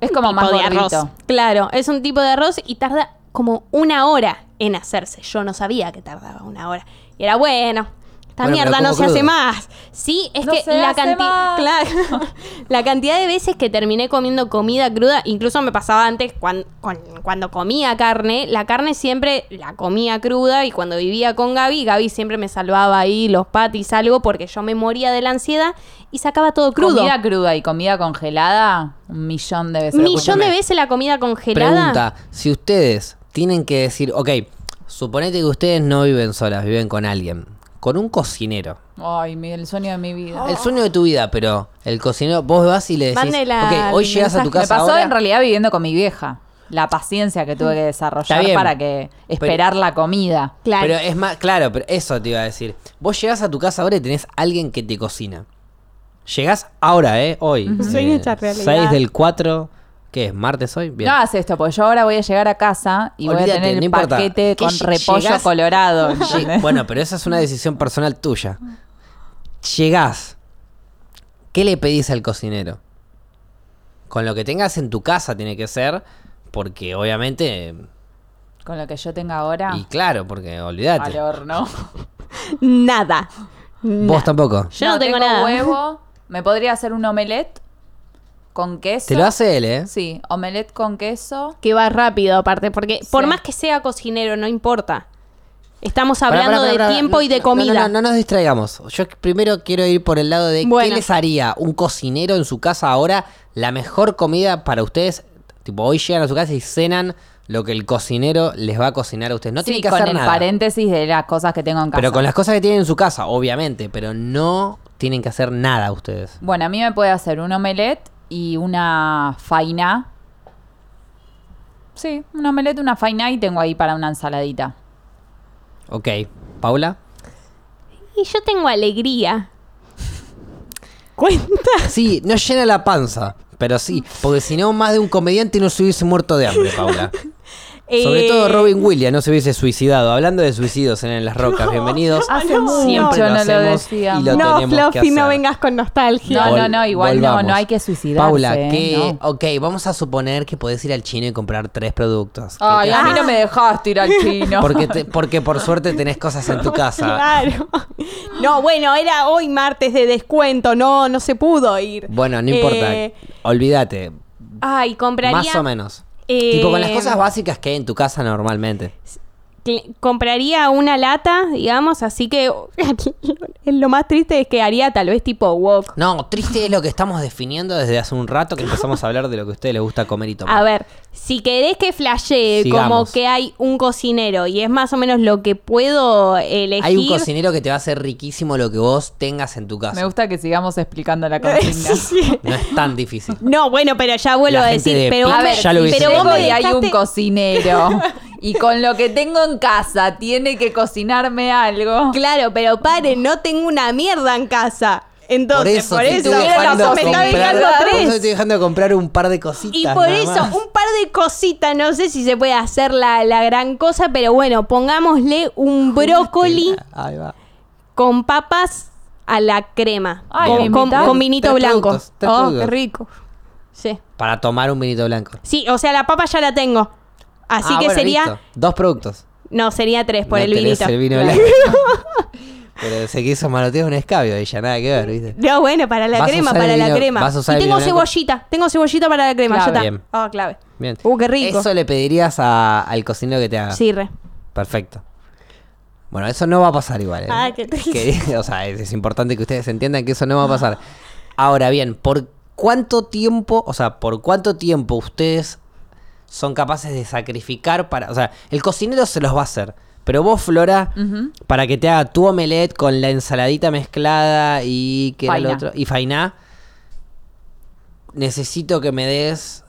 Es como más
Tipo de
gordito.
arroz. Claro, es un tipo de arroz y tarda como una hora en hacerse. Yo no sabía que tardaba una hora. Y era bueno. Esta
Bueno,
mierda
pero
no
como
se hace
crudo.
más. Sí, es
No
que
se
la,
hace
canti-
más.
claro, [laughs] la cantidad de veces que terminé comiendo comida cruda, incluso me pasaba antes cuan- con- cuando comía carne, la carne siempre la comía cruda y cuando vivía con Gaby, Gaby siempre me salvaba ahí los patis, algo, porque yo me moría de la ansiedad y sacaba todo crudo.
Comida cruda y comida congelada, un millón de veces.
Millón
escúchame.
de veces la comida congelada.
Pregunta, si ustedes tienen que decir, ok, suponete que ustedes no viven solas, viven con alguien, con un cocinero.
Ay, mi- el sueño de mi vida.
Oh.
El sueño de tu vida, pero el cocinero, vos vas y le decís,
Mándela
ok, hoy llegas a tu
Me
mensaje.
casa
pasó
ahora,
en realidad viviendo con mi vieja. La paciencia que tuve que desarrollar
Está bien,
para que esperar la comida.
Claro.
Pero es más, claro, pero eso te iba a decir. Vos llegás a tu casa ahora y tenés alguien que te cocina. Llegás ahora, ¿eh? Hoy.
Sueño hecho realidad.
6 del 4, ¿qué es? ¿Martes hoy? Bien.
No hagas esto, porque yo ahora voy a llegar a casa y voy a
Olvídate,
tener
no
el
importa.
paquete
Que
con
ll-
repollo
llegás-
[laughs]
colorado. ¿entendés?
Lle- bueno, pero esa es una decisión personal tuya. Llegás. ¿Qué le pedís al cocinero? Con lo que tengas en tu casa tiene que ser, porque obviamente...
Con lo que yo tenga
Ah.
ahora,
Y claro, porque olvídate.
al horno.
Nada.
Vos tampoco.
Yo no, tengo, nada.
huevo. Me podría hacer un omelette con queso.
Te lo hace él, ¿eh?
Sí, omelette con queso.
Que va rápido, aparte, porque por
Sí.
más que sea cocinero, no importa. Estamos hablando
Pará, pará,
de
pará, pará.
tiempo
No,
y de
no, no,
comida.
No, no nos distraigamos. Yo primero quiero ir por el lado de qué
Bueno.
les haría un cocinero en su casa ahora la mejor comida para ustedes. Tipo, hoy llegan a su casa y cenan lo que el cocinero les va a cocinar a ustedes. No tienen
sí,
que
con
hacer
el
nada.
paréntesis de las cosas que tengo en casa.
Pero con las cosas que tienen en su casa, obviamente, pero no tienen que hacer nada ustedes.
Bueno, a mí me puede hacer un omelette y una faina. Sí, un omelette, una faina y tengo ahí para una ensaladita.
Ok,
[laughs]
Paula.
Y yo
[laughs]
tengo alegría. Cuenta.
Sí, no llena la panza, pero sí, porque si no, más de un comediante no se hubiese muerto de hambre, Paula. Sobre
Eh,
todo Robin Williams no se hubiese suicidado. Hablando de suicidios en las rocas, bienvenidos.
Hace mucho
Siempre
no
lo
lo
hacemos
decíamos.
y lo
no,
tenemos que
Fluffy,
hacer.
no vengas con nostalgia.
No,
Vol-
no, no, igual no,
volvamos.
no hay que suicidarse.
Paula,
¿eh?
que,
No.
ok, vamos a suponer que podés ir al chino y comprar tres productos. ¿Qué
Ay,
te
a mí
haces?
no me dejaste ir al chino.
Porque, te- porque por suerte tenés cosas en tu casa.
Claro. No, bueno, era hoy martes de descuento. No, no se pudo ir.
Bueno, no importa.
Eh,
Olvídate.
ay, compraría.
Más o menos.
eh,
tipo con las cosas básicas que hay en tu casa normalmente.
cl- compraría una lata, digamos, así que [laughs] lo más triste es que haría tal vez tipo wok.
No, triste es lo que estamos definiendo desde hace un rato que empezamos a hablar de lo que a ustedes les gusta comer y tomar.
A ver, si querés que flashee como
Sigamos.
que hay un cocinero y es más o menos lo que puedo elegir.
Hay un cocinero que te va a hacer riquísimo lo que vos tengas en tu
[laughs] Me
casa.
gusta que sigamos explicando
[laughs]
la consigna.
Sí, sí.
No es tan
[laughs]
difícil.
No, bueno, pero ya vuelvo
La
a
gente
decir.
de
pero
Pizza
vos me-
ya lo hubiese
pero vos
hecho.
me
y hay un
dejaste- [laughs]
cocinero. Y con lo que tengo en casa, tiene que cocinarme algo.
Claro, pero pare, no tengo una mierda en casa. Entonces, por
te
eso,
estoy
mira,
dejando
me está
comprar-
dejando
por eso te
tres.
estoy dejando comprar un par de cositas.
Y por
nada
eso,
más.
un par de cositas, no sé si se puede hacer la, la gran cosa, pero bueno, pongámosle
[laughs]
un brócoli
Ahí va.
con papas a la crema.
Ay,
con,
¿me
con-
invitás?
con vinito
Tres
blanco.
productos, tres
oh,
productos.
qué rico. Sí.
Para tomar un vinito blanco.
Sí, o sea, la papa ya la tengo. Así
Ah,
que
bueno,
sería.
listo. Dos productos.
No, sería tres por
No
el
tenés
vinito.
el vino
Claro.
blanco. [laughs] Pero se quiso manotear un escabio ella, nada que ver, ¿viste?
[laughs] No, bueno, para la
Vas a
crema,
usar
para
el
la
vino-
crema.
vas a usar
y
el
tengo
vino blanco.
cebollita, tengo cebollita para la crema,
Clave.
ya
Bien.
está. Ah, clave.
Bien.
Uh, qué rico.
Eso le pedirías a- al cocinero que te haga.
Sí, re.
Perfecto. Bueno, eso no va a pasar igual. ¿eh?
Ah, qué triste.
Que- [laughs] o sea, es, es importante que ustedes entiendan que eso no va a pasar. Ahora bien, ¿por cuánto tiempo, o sea, por cuánto tiempo ustedes son capaces de sacrificar para, o sea, el cocinero se los va a hacer, pero vos Flora, para que te haga tu omelette con la ensaladita mezclada y que era el
Fainá.
otro y fainá, necesito que me des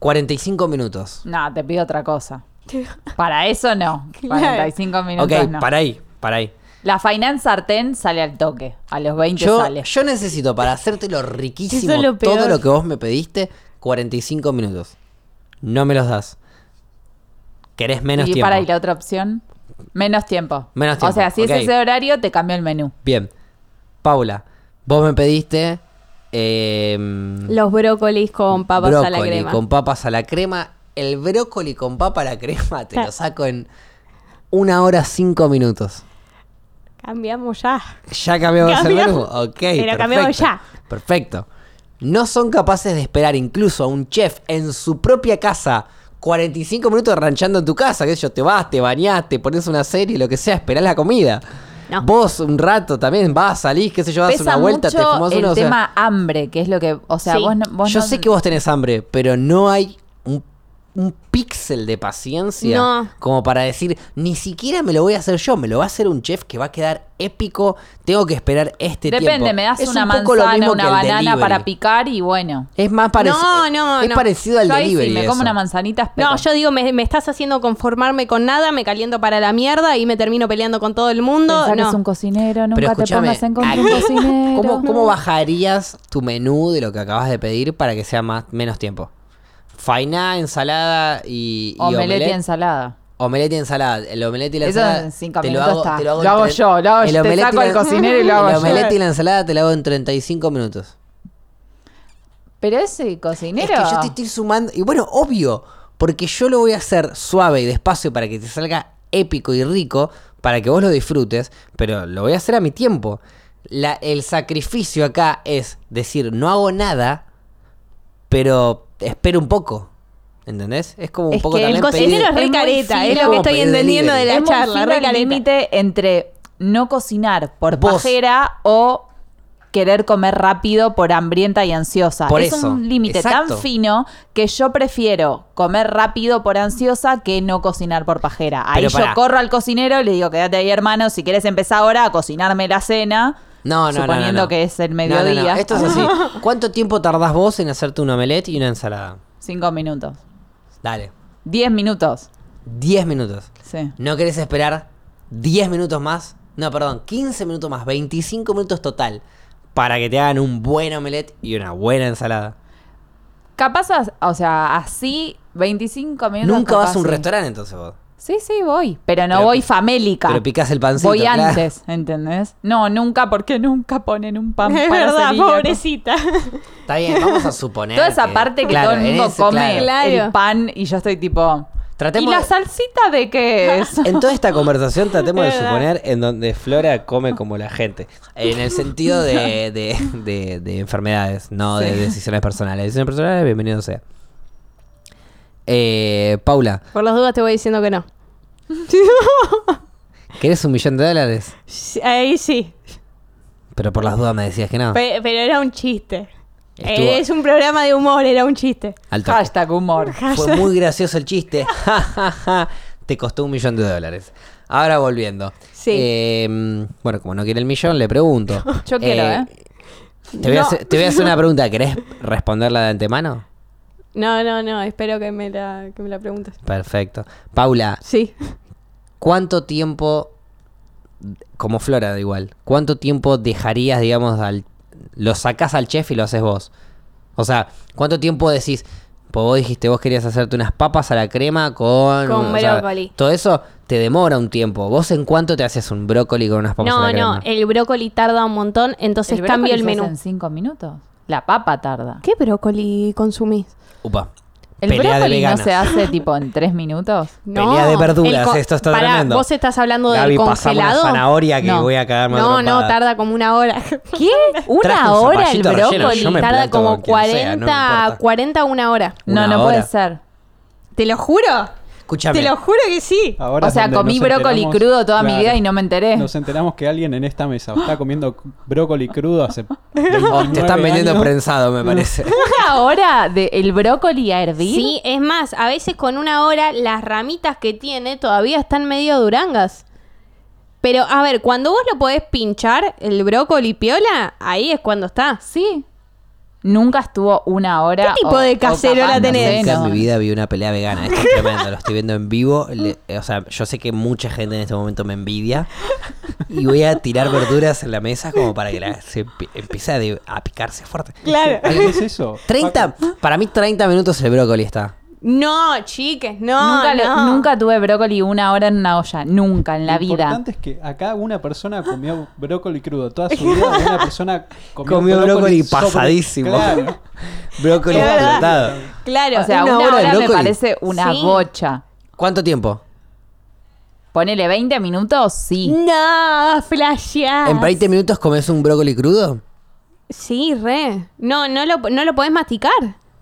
45 minutos.
No, te pido otra cosa.
Mm.
Para eso no.
Claro.
45 minutos
ok,
no.
para ahí, para ahí.
La Finance Sartén sale al toque. A los 20
Yo,
sale.
yo necesito para hacértelo riquísimo
Eso es lo
todo
peor.
lo que vos me pediste, 45 minutos. No me los das. Querés menos
y
tiempo.
para ahí la otra opción. Menos tiempo.
Menos tiempo,
O sea, si
ok.
es ese horario, te cambio el menú.
Bien. Paula, vos me pediste em,
Los brócolis con papas a la
brócoli
crema.
con papas a la crema. El brócoli
Ah.
con papa a la crema te lo
Claro.
saco en una hora cinco minutos.
Cambiamos ya.
¿Ya cambiamos el menú?
Cambiamos.
Ok,
Pero cambiamos
perfecto.
ya.
Perfecto. No son capaces de esperar incluso a un chef en su propia casa 45 minutos ranchando en tu casa. Que yo, te vas, te bañás, te pones una serie, lo que sea, esperás la comida.
No.
Vos un rato también vas, salís, qué sé yo, das
Pesa
una vuelta, te
mucho
fumás
el
uno. o sea,
tema hambre, que es lo que. O sea,
Sí.
vos no. vos
yo
no-
sé que vos tenés hambre, pero no hay un, un píxel de paciencia
No.
como para decir, ni siquiera me lo voy a hacer yo, me lo va a hacer un chef que va a quedar épico, tengo que esperar este
Depende,
tiempo.
me das
Es
una
un poco lo
manzana,
mismo
una
que el
banana
delivery.
para picar y bueno.
Es más parecido.
No, no,
es
no.
parecido al
Yo ahí
delivery.
sí, me
eso.
como una manzanita. espero.
No, yo digo, me, me estás haciendo conformarme con nada, me caliento para la mierda y me termino peleando con todo el mundo.
Pensá que
no.
es un cocinero,
Pero
nunca te
escúchame,
pongas en contra de
¿a
un
qué-
cocinero.
¿cómo, cómo bajarías tu menú de lo que acabas de pedir para que sea más, menos tiempo? Fainá, ensalada y, y
Omelette y
omelette.
ensalada.
Omelette y ensalada. El omelette y la
Eso
ensalada.
en cinco
te
minutos
lo hago,
está.
te lo hago,
Lo
en
hago
tre-
yo, lo hago yo, te
omelette y
saco al
[laughs]
cocinero y lo hago
El
yo.
omelette y la ensalada te lo hago en 35 minutos.
Pero ese
Es
cocinero.
que yo te estoy sumando. Y bueno, obvio, porque yo lo voy a hacer suave y despacio para que te salga épico y rico, para que vos lo disfrutes, pero lo voy a hacer a mi tiempo. La- el sacrificio acá es decir, no hago nada, pero espero un poco. ¿Entendés? Es como un
Es
poco
que el
también.
cocinero
pedir-
es re
muy
careta, es
fino.
lo que estoy
Pedir
entendiendo de la
es muy
charla,
fino
re
el
careta.
límite entre no cocinar por
Vos.
pajera o querer comer rápido por hambrienta y ansiosa.
Por
es
eso,
un límite tan
exacto.
fino que yo prefiero comer rápido por ansiosa que no cocinar por pajera. Ahí
Pero
yo
pará.
corro al cocinero y le digo, quédate ahí hermano, si quieres empezar ahora a cocinarme la cena.
No, no, no, no,
suponiendo
no.
que es el
No, no, no,
mediodía.
Esto es
[laughs]
así. ¿Cuánto tiempo tardás vos en hacerte un omelette y una ensalada?
Cinco minutos.
Dale.
Diez minutos.
10 minutos.
Sí.
¿No querés esperar 10 minutos más? No, perdón, 15 minutos más, 25 minutos total para que te hagan un buen omelette y una buena ensalada.
Capaz, as- o sea, así 25 minutos.
Nunca vas
capaz,
a un
sí.
restaurante entonces vos.
Sí, sí, voy. Pero no
Pero
voy
pi-
famélica.
pero picás el pancito,
Voy
claro.
antes, ¿entendés? No, nunca, porque nunca ponen un pan
[laughs] [laughs] Es
para
verdad,
celíaco.
pobrecita.
Está bien,
[laughs]
vamos a suponer.
Toda esa parte que
Claro,
todo el
en
mundo
ese,
come
claro.
Claro.
el pan y yo estoy tipo...
Tratemos
¿Y la
de-
salsita de
[laughs]
qué es?
En toda esta conversación tratemos de
Es verdad.
suponer en donde Flora come como la gente. En el sentido de, de- de- de enfermedades, no de
Sí.
decisiones personales. Decisiones personales, bienvenido sea. Eh, Paula,
Por las dudas te voy diciendo que no.
¿querés un millón de dólares?
Ahí sí.
Pero por las dudas me decías que no.
Pe- pero era un chiste.
Ah. Estuvo-
Eh, Es un programa de humor, era un chiste.
Al toque.
[laughs] Hashtag humor.
Fue muy gracioso el chiste. [laughs] Ja, ja, ja. Te costó un millón de dólares. Ahora volviendo.
Sí.
Eh, bueno, como no quiere el millón, le pregunto.
[laughs] Yo quiero, ¿eh?
Te voy, a
No.
hacer, te voy a hacer
[laughs]
una pregunta. ¿Querés responderla de antemano?
No, no, no, espero que me la, que me la preguntes.
Perfecto. Paula,
Sí.
¿cuánto tiempo, como Flora da igual, cuánto tiempo dejarías, digamos, al, lo sacás al chef y lo haces vos? O sea, ¿cuánto tiempo decís? Pues vos dijiste, vos querías hacerte unas papas a la crema con...
Con
o sea,
brócoli.
todo eso te demora un tiempo. ¿Vos en cuánto te haces un brócoli con unas papas a
No,
la crema?
no, el brócoli tarda un montón, entonces
¿El
cambio
brócoli
el
se hace
menú.
en cinco minutos? La papa tarda.
¿Qué brócoli consumís?
Upa.
¿El
Pelea de
brócoli no
veganas.
se hace tipo en tres
[laughs]
minutos?
Pelea de verduras, esto está
Pará,
tremendo.
Vos estás hablando
Gaby,
del
pasame una
congelado.
zanahoria que
No.
voy a cagarme a
no, no,
trompadas.
tarda como una hora.
¿Qué?
Traje
¿Una
un
hora el
zapallito
[laughs]
relleno, yo
brócoli?
me
tarda
planto
como
con quien
40,
sea, no me importa.
40 a una hora.
No, no
Una
puede
hora.
ser.
Te lo juro.
Escúchame.
Te lo juro que sí.
Ahora
o
es
sea,
donde
comí
nos
brócoli
enteramos-
crudo toda mi
claro.
vida y no me enteré.
Nos enteramos que alguien en esta mesa está comiendo brócoli crudo hace.
Oh, te están
29
vendiendo
años.
prensado, me parece.
¿Una hora de el brócoli a hervir?
Sí, es más, a veces con una hora las ramitas que tiene todavía están medio durangas. Pero a ver, cuando vos lo podés pinchar, el brócoli piola, ahí es cuando está.
Sí. Nunca estuvo una hora.
¿Qué tipo de cacerola
capaz, no
tenés?
sé,
Nunca en
no.
mi vida vi una pelea
[laughs]
vegana. Esto es tremendo. Lo estoy viendo en vivo. Le- o sea, yo sé que mucha gente en este momento me envidia. Y voy a tirar verduras en la mesa como para que la, se pi- empiece a, de- a picarse fuerte.
Claro.
¿Qué es eso?
30, para mí 30 minutos el brócoli está.
No, chiques, no.
Nunca, lo-
no.
nunca tuve brócoli una hora en una olla. Nunca en la
Lo
vida.
importante es que acá una persona comió brócoli crudo.
[laughs]
Toda su vida una persona comió,
Comió brócoli
sobre-
pasadísimo. [laughs]
Claro.
Brócoli
Es verdad.
explotado.
Claro.
O sea,
Una
una,
hora de
hora, me
brócoli.
parece una
Sí.
bocha.
¿Cuánto tiempo?
Ponele 20 minutos, sí.
No, flasheás.
¿En 20 minutos comes un brócoli crudo?
Sí, re. No, no lo, no lo podés masticar.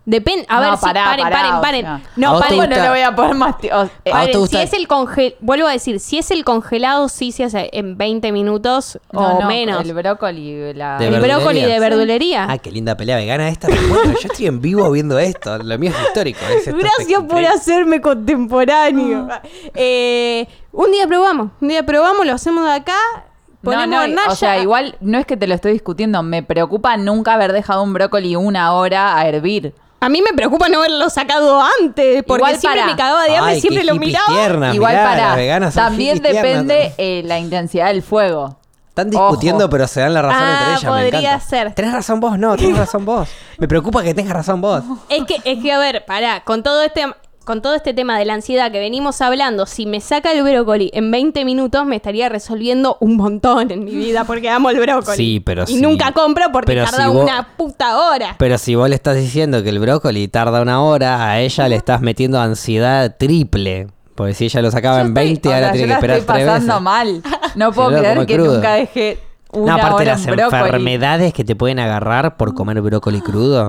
Depende.
No,
A ver, si-
pará,
paren,
pará,
paren,
o
paren.
sea.
¿A
No,
vos te
paren.
gusta?
no le voy a poner más. ti- o- eh,
¿A vos te
Paren, si
gusta?
es el congelado, vuelvo a decir, si es el congelado, sí se hace en 20 minutos
no,
o
no,
menos.
El brócoli, la.
De
El
verdulería.
brócoli de
Sí.
verdulería.
Ah, qué linda pelea vegana esta. me encuentro. Yo estoy en vivo viendo esto. Lo mío es histórico. es esto
Gracias por
espectacular.
hacerme contemporáneo. Ah. Eh, un día probamos, un día probamos, lo hacemos de acá,
No,
ponemos
no, y-
hornalla.
o sea, igual no es que te lo estoy discutiendo, me preocupa nunca haber dejado un brócoli una hora a hervir.
A mí me preocupa no haberlo sacado antes, porque
Igual
siempre
para.
me cagaba de hambre,
Ay,
siempre
qué
lo
hippies
miraba.
tiernas,
Igual
mirá,
para,
las veganas son
también
hippies tiernas.
depende eh, la intensidad del fuego.
Están discutiendo,
Ojo.
pero se dan la razón
Ah,
entre ellas. me
podría
encanta.
ser.
Tenés razón vos, no, tenés razón
[laughs]
vos. Me preocupa que tengas razón vos.
Es que, es que, a ver, pará, con todo este con todo este tema de la ansiedad que venimos hablando, si me saca el brócoli en 20 minutos me estaría resolviendo un montón en mi vida porque amo el brócoli.
Sí, pero
y
sí.
nunca compro porque
Pero
tarda
si vos-
una puta hora.
Pero si vos le estás diciendo que el brócoli tarda una hora, a ella le estás metiendo ansiedad triple. Porque si ella lo sacaba
Yo
en
estoy-
20,
o
ahora
sea,
tiene
yo
que
la
esperar
estoy
tres veces.
pasando mal. No puedo
Yo lo
creer
como
que
crudo.
nunca dejé
no,
una
aparte
hora
las
un brócoli.
enfermedades que te pueden agarrar por comer brócoli
[laughs]
crudo.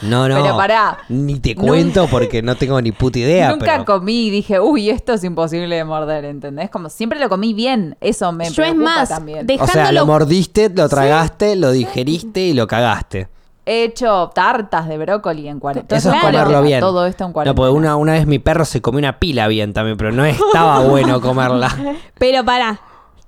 No, no.
Pero pará.
Ni te
Nun-
cuento porque no tengo ni puta idea.
[laughs] Nunca
pero-
comí y dije, uy, esto es imposible de morder, ¿entendés? Como siempre lo comí bien, eso me
Yo es
preocupa
más,
también.
de-
O sea, lo
dejándolo-
mordiste, lo tragaste, lo digeriste y lo cagaste.
He hecho tartas de brócoli en cuarentena.
Eso
Claro.
es comerlo bien.
Todo esto en cuarentena.
No, porque una, una vez mi perro se comió una pila bien también, pero no
[laughs]
estaba bueno comerla.
Pero pará,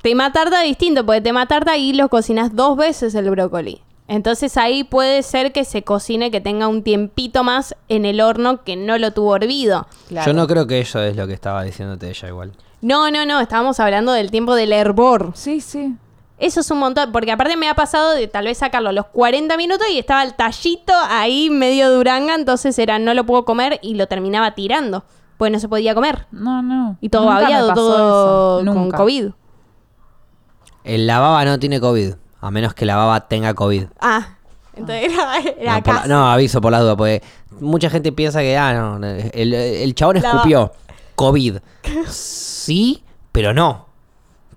tema tarta distinto, porque tema tarta y lo cocinas dos veces el brócoli. Entonces ahí puede ser que se cocine, que tenga un tiempito más en el horno que no lo tuvo hervido.
Claro.
Yo no creo que eso es lo que estaba diciéndote ella igual.
No, no, no, estábamos hablando del tiempo del hervor.
Sí, sí.
Eso es un montón, porque aparte me ha pasado de tal vez sacarlo a los 40 minutos y estaba el tallito ahí medio duranga, entonces era no lo puedo comer y lo terminaba tirando, pues no se podía comer.
No, no.
Y todo
Nunca me
babeado,
pasó
todo
eso.
con
Nunca.
COVID.
El la baba no tiene COVID, a menos que la baba tenga COVID.
Ah, entonces era, [laughs] era
No, por la-
casi.
no, aviso por la duda, porque mucha gente piensa que, ah, no, el, el chabón
La-
escupió
[laughs]
COVID. Sí, pero no.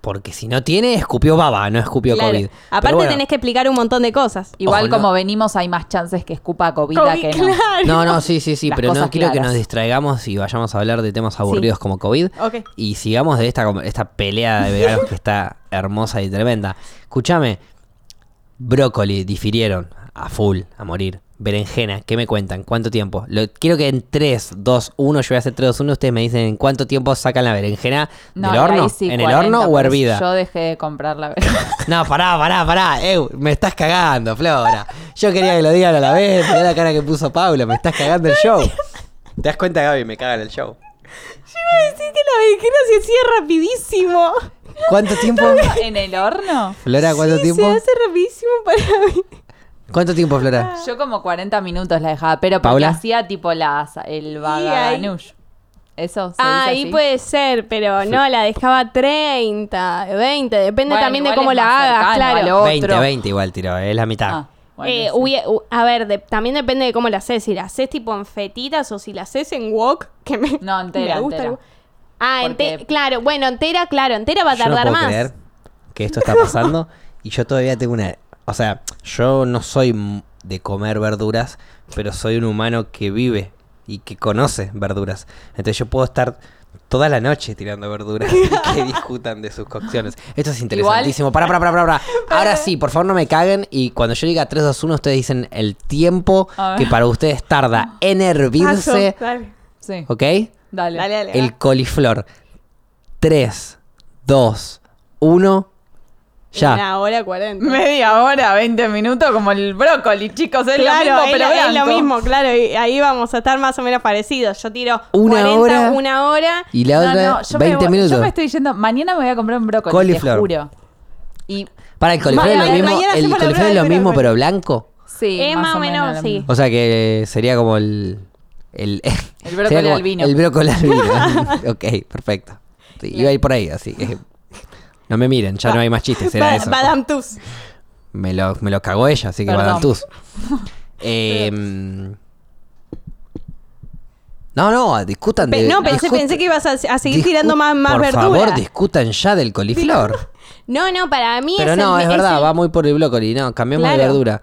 Porque si no tiene, escupió baba, no escupió
Claro.
COVID. Pero
Aparte
bueno.
tenés que explicar un montón de cosas.
Igual
Ojo, no.
como venimos hay más chances que escupa COVID, a
COVID,
que no.
claro.
No, no, sí, sí, sí,
Las
pero no
cosas
quiero que
claras.
nos distraigamos y vayamos a hablar de temas aburridos como COVID.
Ok.
Y sigamos de esta, com- esta pelea de veganos que está hermosa y tremenda. Escúchame, brócoli, difirieron a full, a morir. Berenjena, ¿qué me cuentan? ¿Cuánto tiempo? Lo, quiero que en 3, 2, 1, yo voy a hacer 3, 2, 1, ustedes me dicen en cuánto tiempo sacan la berenjena
No,
del
y ahí
horno,
sí,
en
40,
el horno o
pues,
hervida.
Yo dejé de comprar la
No, pará, pará, pará. Eu, me estás cagando, Flora. Yo quería que lo digan a la vez. Mirá la cara que puso Paula. Me estás cagando el show. ¿Te das cuenta, Gaby? Me cagan el show.
Decís que la berenjena se cierra rapidísimo.
¿Cuánto tiempo?
¿En el horno?
Flora, ¿cuánto
Sí,
tiempo?
Se hace rapidísimo para [laughs] mí.
¿Cuánto tiempo, Flora?
Yo como 40 minutos la dejaba, pero porque
¿Paula?
hacía tipo las, el vagadanush. Eso, se
Ah,
dice
ahí
así?
puede ser, pero no, la dejaba 30, 20, depende
Bueno,
también de
igual
cómo
es
la
más
hagas,
cercano al
claro.
otro.
20, 20 igual tiró. eh, Es la mitad.
Ah, bueno,
Eh,
sí.
hubie- hu- a ver, de- también depende de cómo la haces. Si la haces tipo en fetitas o si la haces en wok, que [laughs] me,
No, entera,
me gusta el
entera.
wok. Ah,
Porque-
ente- claro, bueno, entera, claro, entera va a
yo no
tardar
puedo
más. Ah,
creer que esto está pasando. y yo todavía tengo una... O sea, yo no soy m- de comer verduras, pero soy un humano que vive y que conoce verduras. Entonces yo puedo estar toda la noche tirando verduras y que discutan de sus cocciones. Esto es interesantísimo. Pará, pará, pará, pará, pará. Ahora sí, por favor no me caguen. Y cuando yo diga 3, 2, 1, ustedes dicen el tiempo
A ver.
que para ustedes tarda en hervirse.
Paso, dale.
Sí.
¿Ok?
Dale.
Dale, dale.
El coliflor. 3, 2, 1. Ya.
Una hora cuarenta.
Media hora, 20 minutos, como el brócoli, chicos. Es
claro,
lo mismo, pero
es, [laughs] lo
blanco.
mismo, claro, y ahí vamos a estar más o menos parecidos. Yo tiro
Una
40,
hora.
una hora.
Y la
No,
otra,
no, yo me
20
voy-
minutos.
Yo me estoy yendo. Mañana me voy a comprar un brócoli,
Coliflor.
te juro. Y
Para el coliflor es lo
Mañana-
mismo,
mañana
el
hacemos la
coliflor
prueba
es lo
de
mismo
coliflor.
pero blanco.
sí,
Es más o menos,
lo
sí.
mismo.
O sea que sería como el el [laughs] sería
brócoli
como
albino.
El brócoli albino. ok, perfecto. Sí, Iba a ir por ahí, así que no me miren, ya no hay más chistes, era
Ba-
eso.
Badam Tus.
Me lo, me lo cagó ella,
[laughs]
así que
Perdón.
Badantús. Eh, mm, Em, No, no, discutan de.
Pe- no, pensé,
discut-
pensé que ibas a, a seguir
discu-
tirando más, más
por
verdura.
favor, discutan ya del coliflor.
no, no, para mí
Pero
es
no,
el-
es verdad,
el-
va muy por el brócoli. No, cambiamos de
Claro.
verdura.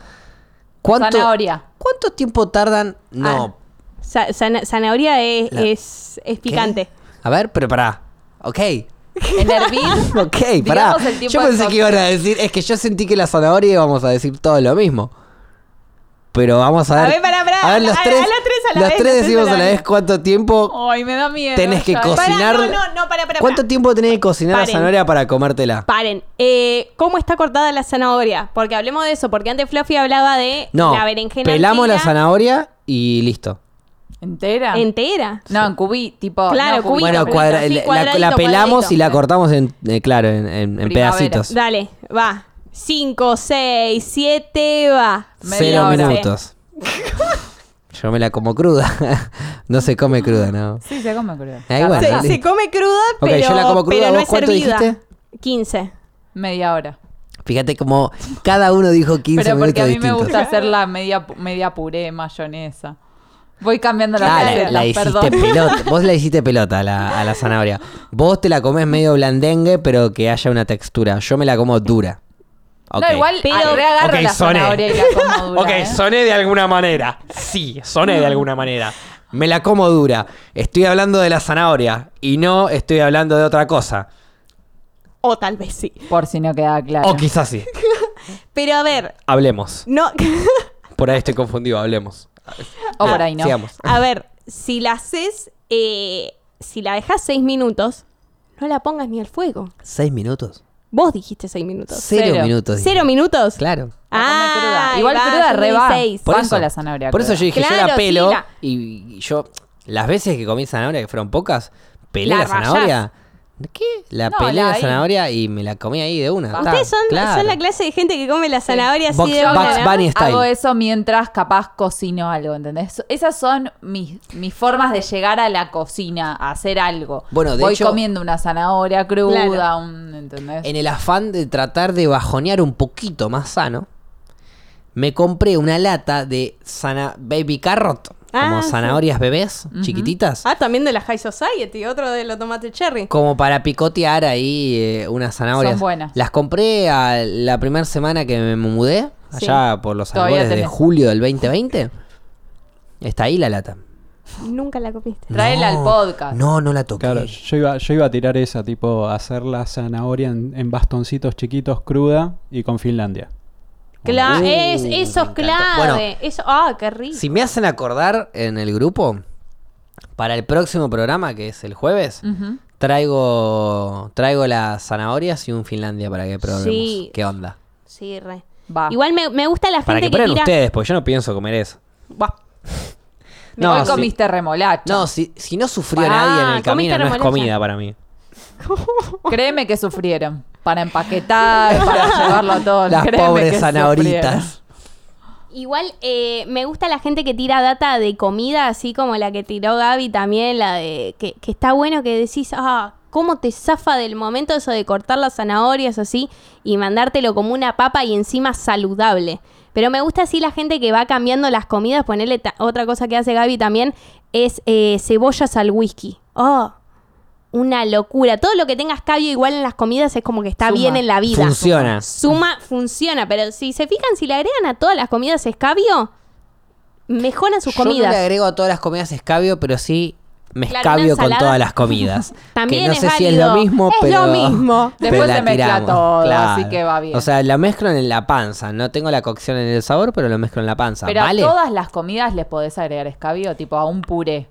¿Cuánto,
Zanahoria.
¿Cuánto tiempo tardan?
Ah.
No.
Za- zana- zanahoria es,
La-
es, es
¿qué?
picante.
A ver, pero pará. Ok.
En hervir.
[laughs] Ok, pará.
Digamos el tiempo
Yo
de
pensé que iban a decir. Es que yo sentí que la zanahoria íbamos a decir todo lo mismo. Pero vamos a
A
ver.
ver, pará, pará,
A ver, los
a- a
tres.
los tres a la
los
vez,
tres
los tres
decimos
a la
a la
vez.
vez cuánto tiempo.
Ay, me da miedo.
Tenés que
ya.
cocinar.
Pará, no,
Cocinar-
no, no, para, para.
¿Cuánto tiempo tenés que cocinar
Paren.
la zanahoria para comértela?
Paren, eh, ¿cómo está cortada la zanahoria? Porque hablemos de eso, porque antes Fluffy hablaba de
No.
la berenjena.
pelamos la
entera.
zanahoria y listo.
¿Entera?
entera.
no, en cubí, tipo.
Claro,
no, cubito,
cubito,
bueno,
cubito,
cuadra-
sí,
la- la-
cuadradito,
la, pelamos
cuadradito.
y la cortamos en, eh, claro, en, en- en
Primavera.
pedacitos.
Dale, va. 5, 6, 7, va.
Media
Cero
hora.
minutos. [laughs] Yo me la como cruda. [laughs] no se come cruda, ¿no?
Sí, se come crudo.
Ahí, bueno,
Se,
dale.
se come cruda,
Ok,
pero,
yo la como cruda,
pero no
¿vos
es
cuánto
hervida.
dijiste?
15.
Media hora.
Fíjate como cada uno dijo 15
Pero
minutos
porque a mí me
distintos.
gusta hacer la media, pu- media puré mayonesa. Voy cambiando la
Ah, la-
receta,
la, hiciste
perdón. [laughs]
pelota. Vos la hiciste pelota a la, a la zanahoria. Vos te la comés medio blandengue, pero que haya una textura. Yo me la como dura. Ok.
No, igual
Pero-
pero, reagarro
Ok,
la
soné.
zanahoria y la como dura.
ok,
¿eh?
soné de alguna manera. Sí, soné
mm.
de alguna manera.
Me la como dura. Estoy hablando de la zanahoria y no estoy hablando de otra cosa.
O tal vez sí.
Por si no queda claro.
O quizás sí.
Pero a ver,
Hablemos.
no. [laughs]
Por ahí estoy confundido, hablemos.
O por ahí no.
Ah, Sigamos.
a ver, si la haces. eh, si la dejas 6 minutos, no la pongas ni al fuego.
¿Seis minutos?
Vos dijiste 6 minutos.
Cero,
Cero.
minutos.
¿Cero minutos? Ah,
Claro.
La come Ah, cruda.
ahí
Igual
va,
cruda
yo
re
le di
va.
seis.
Por- Banco la zanahoria
Por eso
cruda.
yo dije, yo
Claro,
la
sí,
pelo
la-
y yo las veces que comí zanahoria, que fueron pocas, pelé la,
La rayás.
zanahoria. ¿Qué? La
No,
pelé
la
la,
ahí.
zanahoria y me la comí ahí de una.
Ah,
Ta,
Ustedes son,
claro.
son la clase de gente que come la zanahoria así
Box-
de
Bugs
una, ¿no?
Bunny style.
Hago eso mientras capaz cocino algo, ¿entendés? Esas son mis, mis formas de llegar a la cocina, a hacer algo.
Bueno, de
Voy
hecho-
comiendo una zanahoria cruda,
Claro.
un- ¿entendés?
En el afán de tratar de bajonear un poquito más sano, me compré una lata de sana baby carrot, como
Ah, sí.
zanahorias bebés, chiquititas.
Ah, también de la High Society, otro de los tomates cherry.
Como para picotear ahí eh, unas zanahorias.
Son buenas.
Las compré a la primera semana que me mudé,
Sí.
allá por los
Todavía
albores de
tenés.
julio del 2020. Está ahí la lata.
Nunca la comiste.
Tráela al podcast.
No, no la toqué.
Claro, yo iba, yo iba a tirar esa, tipo, hacer la zanahoria en, en bastoncitos chiquitos cruda y con Finlandia.
Cla
Uh,
es,
me
eso es
encantó.
clave.
Bueno.
eso, ah, qué rico.
Si me hacen acordar en el grupo, para el próximo programa, que es el jueves,
Ujú.
traigo traigo las zanahorias y un Finlandia para que probemos.
Sí.
¿Qué onda?
Sí, re.
Va.
Igual me, me gusta la
Para
gente
que
que,
prueben
tira.
ustedes, porque yo no pienso comer eso.
Buah.
No,
Hoy
sí.
comiste remolacha.
No, si, si no sufrió
Ah,
nadie en el
comiste
camino, no es
remolacha.
comida para mí.
Créeme que sufrieron. Para empaquetar,
[laughs]
para llevarlo
Oh,
todo.
Las
Créeme
pobres
que
zanahoritas.
Igual eh, me gusta la gente que tira data de comida, así como la que tiró Gaby también, la de que, que está bueno que decís, ah, cómo te zafa del momento eso de cortar las zanahorias así y mandártelo como una papa y encima saludable. Pero me gusta así la gente que va cambiando las comidas, ponerle otra cosa que hace Gaby también, es eh, cebollas al whisky. Oh, una locura. Todo lo que tengas cabio igual en las comidas es como que está
Suma.
bien en la vida.
Funciona.
Suma, funciona, pero si se fijan, si le agregan a todas las comidas escabio, mejoran sus
Yo no
comidas.
le agrego a todas las comidas escabio, pero sí me
Claro,
escabio
una
con
ensalada.
todas las
[laughs]
comidas.
También
que no
es
sé si es
válido.
lo mismo,
Es
pero.
lo
[laughs]
mismo.
pero
Después
la
se mezcla
tiramos,
todo,
claro.
así que va bien.
O sea, la mezclo en la panza. No tengo la cocción en el sabor, pero lo mezclo en la panza.
Pero
¿Vale?
a todas las comidas les podés agregar escabio, tipo a un puré.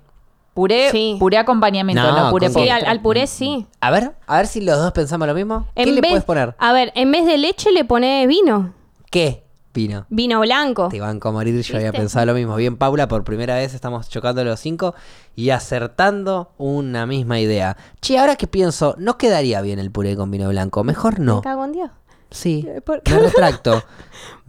Puré,
Sí.
puré acompañamiento,
No,
no, puré
con-
Sí,
postre.
al, al puré sí.
A ver, a ver si los dos pensamos lo mismo. ¿Qué
En
le
vez-
puedes poner?
A ver, en vez de leche le pones vino.
¿Qué? Vino.
Vino blanco.
Te van a morir, yo había
Oh. ¿Viste?
pensado lo mismo. Bien, Paula, por primera vez estamos chocando los cinco y acertando una misma idea. Che, ahora que pienso, no quedaría bien el puré con vino blanco. Mejor no.
Me cago en Dios.
Sí,
Eh, ¿por
me
qué?
retracto.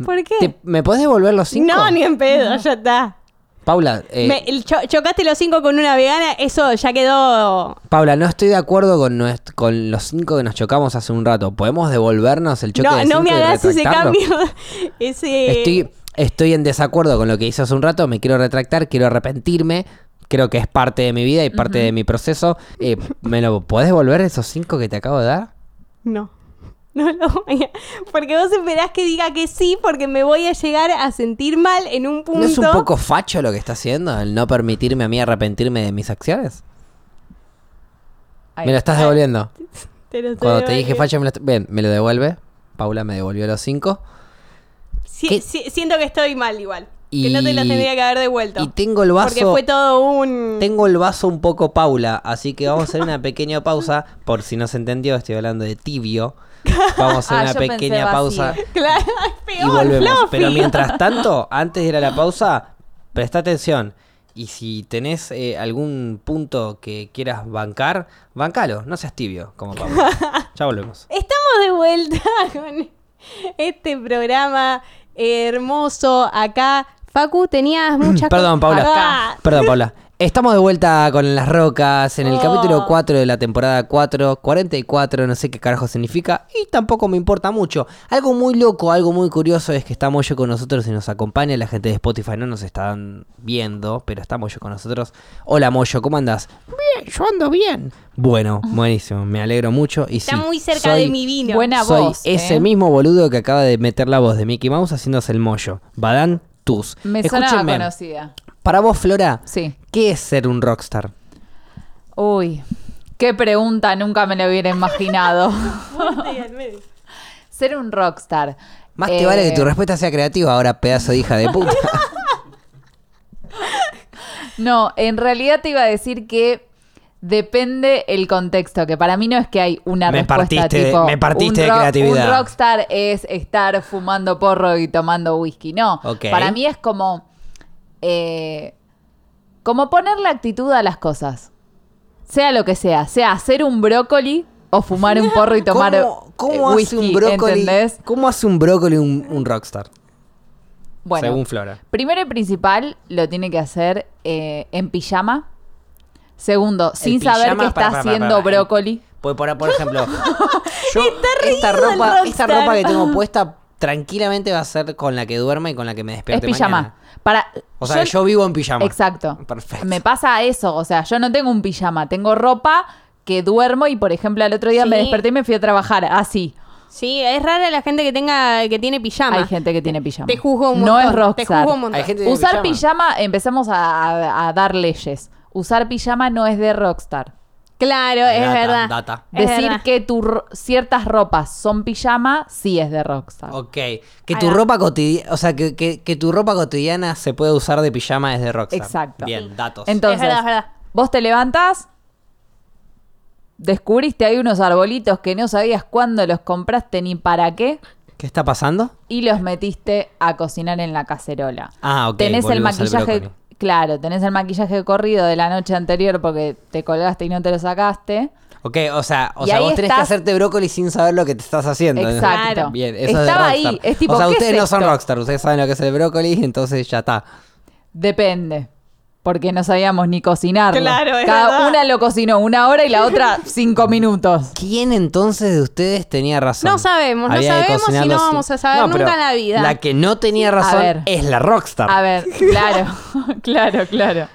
¿Por [laughs] qué?
Mm, ¿Te- ¿Me podés devolver los cinco?
No, ni en pedo, ya está.
Paula, eh,
Me- el cho- chocaste los cinco con una vegana, eso ya quedó.
Paula, no estoy de acuerdo con, nuest- con los cinco que nos chocamos hace un rato. ¿Podemos devolvernos el choque
No,
de
no
cinco
me
y
hagas ese
retractarlo?
cambio. [laughs] Ese... Eh,
Estoy, estoy en desacuerdo con lo que hice hace un rato. Me quiero retractar, quiero arrepentirme. creo que es parte de mi vida y parte de mi proceso. Eh, ¿Me lo podés devolver esos cinco que te acabo de dar?
No. [laughs] No lo voy a... Porque vos esperás que diga que sí, porque me voy a llegar a sentir mal en un punto.
¿No es un poco facho lo que está haciendo? El no permitirme a mí arrepentirme de mis acciones.
Ahí.
Me lo estás devolviendo.
Te lo estoy
Cuando te
debatiendo.
dije facho, me lo... est- Bien, me lo devuelve. Paula me devolvió los cinco.
Si-
¿Qué?
si- siento que estoy mal igual. Que no te lo
Y-
tendría que haber devuelto.
Y tengo el
Porque
vaso...
fue todo un.
Tengo el vaso un poco Paula, así que vamos a hacer una pequeña pausa. Por si no se entendió, estoy hablando de
[laughs]
tibio. Vamos a hacer
Ah, yo
una
pensé
pequeña
vacío.
pausa
[laughs] Claro,
y
peor,
volvemos.
Fluffy.
Pero
[laughs]
mientras tanto, antes de ir a la pausa, presta atención. Y si tenés eh, algún punto que quieras bancar, bancalo. No seas tibio
[laughs]
como Paula. ya volvemos.
Estamos de vuelta [laughs] con este programa hermoso acá. Facu, tenías muchas
Mm, Perdón,
cosas-
Paula.
Ah,
Perdón, Paula. Estamos de vuelta con las rocas en el
Oh.
capítulo 4 de la temporada 4, 44, no sé qué carajo significa y tampoco me importa mucho. Algo muy loco, algo muy curioso es que está Moyo con nosotros y nos acompaña. La gente de Spotify no nos están viendo, pero está Moyo con nosotros. Hola Moyo, ¿cómo andas? Bien, yo ando bien. Bueno, buenísimo, me alegro mucho. Y
Está
sí,
muy cerca
soy-
de mi vino.
Buena
soy
voz.
ese
¿eh?
mismo boludo que acaba de meter la voz de Mickey Mouse haciéndose el Moyo. Badán Tus.
Me sonaba
Escúchenme.
conocida.
Para vos, Flora,
Sí.
¿qué es ser un rockstar?
Uy, qué pregunta, nunca me lo hubiera
[laughs]
imaginado.
Ponte al medio.
Ser un rockstar.
Más
Eh,
te vale que tu respuesta sea creativa ahora, pedazo de hija de
[laughs]
puta.
No, en realidad te iba a decir que depende el contexto, que para mí no es que hay una
Me
respuesta
partiste de-
tipo,
me partiste
un
de creatividad.
Un rockstar es estar fumando porro y tomando whisky. No,
Ok.
para mí es como eh, como ponerle actitud a las cosas. Sea lo que sea, sea hacer un brócoli o fumar un
[laughs]
porro y tomar
¿Cómo, cómo
eh,
hace un
whisky,
brócoli?
¿entendés?
¿Cómo hace un brócoli un, un rockstar?
Bueno,
Según Flora.
Primero y principal, lo tiene que hacer eh, en pijama. Segundo, sin saber
pijama,
que
para,
está
para, para,
haciendo
para.
brócoli.
Pues por, por
[laughs]
ejemplo, yo esta
riendo el
ropa, esta
rockstar.
ropa que tengo puesta tranquilamente va a ser con la que duerma y con la que me
Es
despierte
pijama.
mañana.
Para,
O sea, yo, vivo en pijama.
Exacto.
Perfecto.
Me pasa eso. O sea, yo no tengo un pijama. Tengo ropa que duermo y, por ejemplo, al otro día me
Sí.
desperté y me fui a trabajar. Ah, Así.
Sí, es rara la gente que tenga que tiene pijama.
Hay gente que tiene pijama.
Te juzgo un
No
montón.
es rockstar.
Te juzgo un montón.
Hay gente que tiene
Usar pijama, empezamos a, a- a dar leyes. Usar pijama no es de rockstar.
Claro, es
Data,
verdad.
data.
Es
Decir
verdad.
que tu ro- ciertas ropas son pijama, sí es de rockstar.
Ok. Que
Ahí
tu
va.
ropa cotidiana, o sea, que, que- que tu ropa cotidiana se puede usar de pijama desde rockstar.
Exacto.
Bien, datos.
Entonces,
Es verdad, es verdad.
vos te levantás, descubriste ahí unos arbolitos que no sabías cuándo los compraste ni para qué,
¿Qué está pasando?
y los metiste a cocinar en la cacerola.
Ah, ok,
Tenés el
volvemos al
maquillaje,
brócoli.
claro, tenés el maquillaje corrido de la noche anterior porque te colgaste y no te lo sacaste.
Ok, o sea, o
Y
sea
ahí
vos tenés que
estás-
hacerte brócoli sin saber lo que te estás haciendo.
Exacto. Claro.
[laughs] Bien, eso
Estaba
es de rockstar.
ahí, es tipo,
o sea,
¿qué
ustedes
es
no son
esto?
rockstar, ustedes saben lo que es el brócoli, [laughs] entonces ya está.
Depende. Porque no sabíamos ni cocinarlo.
Claro, es
Cada
verdad.
una lo cocinó una hora y la otra cinco minutos.
¿Quién entonces de ustedes tenía razón?
No sabemos, no
Había que
sabemos y
cocinarlo
no
sin-
vamos a saber
pero
nunca en la vida.
La que no tenía razón
ver.
es la rockstar.
A
[laughs]
ver, claro, [laughs] claro, claro.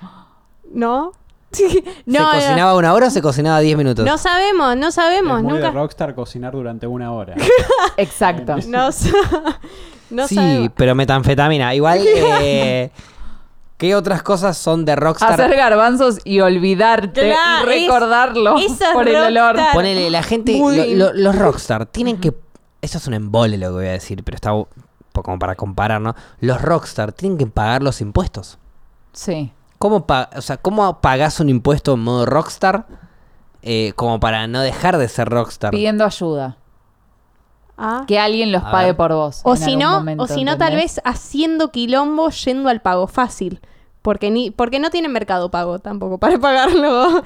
¿No? [laughs] Sí.
¿Se
no, no,
cocinaba una hora o se cocinaba 10 minutos?
no sabemos, no sabemos,
es muy de
nunca.
rockstar cocinar durante una hora.
Exacto.
[laughs] No, sa- [laughs] no
sí,
sabemos.
pero metanfetamina.
[laughs]
Igual, eh, ¿qué otras cosas son de rockstar?
Hacer garbanzos y olvidarte
Claro,
y
es-
recordarlo
eso es
[laughs] por el olor.
rockstar.
Ponele, la gente,
Muy-
lo- lo- los
[laughs]
rockstar tienen que... Eso es un embole lo que voy a decir, pero está bu- po- como para comparar, ¿no? Los rockstar tienen que pagar los impuestos.
Sí.
¿Cómo, pa- o sea, ¿cómo pagás un impuesto en modo rockstar eh, como para no dejar de ser rockstar?
Pidiendo ayuda.
Ah.
Que alguien los
A
pague
ver.
por vos.
O
en
si
algún
no,
momento,
o si no tal
¿entendés?
vez haciendo quilombo yendo al pago fácil. Porque, ni, porque no tienen mercado pago tampoco para [laughs] pagarlo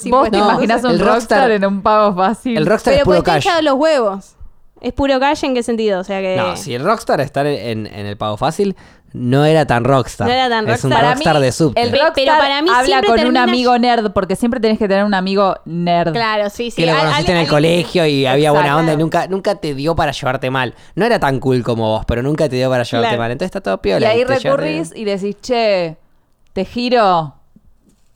Vos te
impuestos.
No,
imaginás un
el
rockstar,
rockstar-
en un pago fácil.
El rockstar
Pero
es puro
pues te
cash.
hincha los huevos. Es puro cash en qué sentido, o sea que...
No, si el rockstar estar en, en el pago fácil no era tan rockstar.
No era tan
es un
rockstar. Para
rockstar
mí,
de subte.
El
Pe-
rockstar
pero para mí
habla
siempre
con
termina-
un amigo nerd, porque siempre tenés que tener un amigo nerd.
Claro, sí, sí.
que lo
Al-
conociste en
al-
el colegio y había
Exacto.
buena onda y nunca, nunca te dio para llevarte mal. No era tan cool como vos, pero nunca te dio para llevarte
Claro.
mal. Entonces está todo piola.
y ahí
te llevas de-
recurrís y decís, che, te giro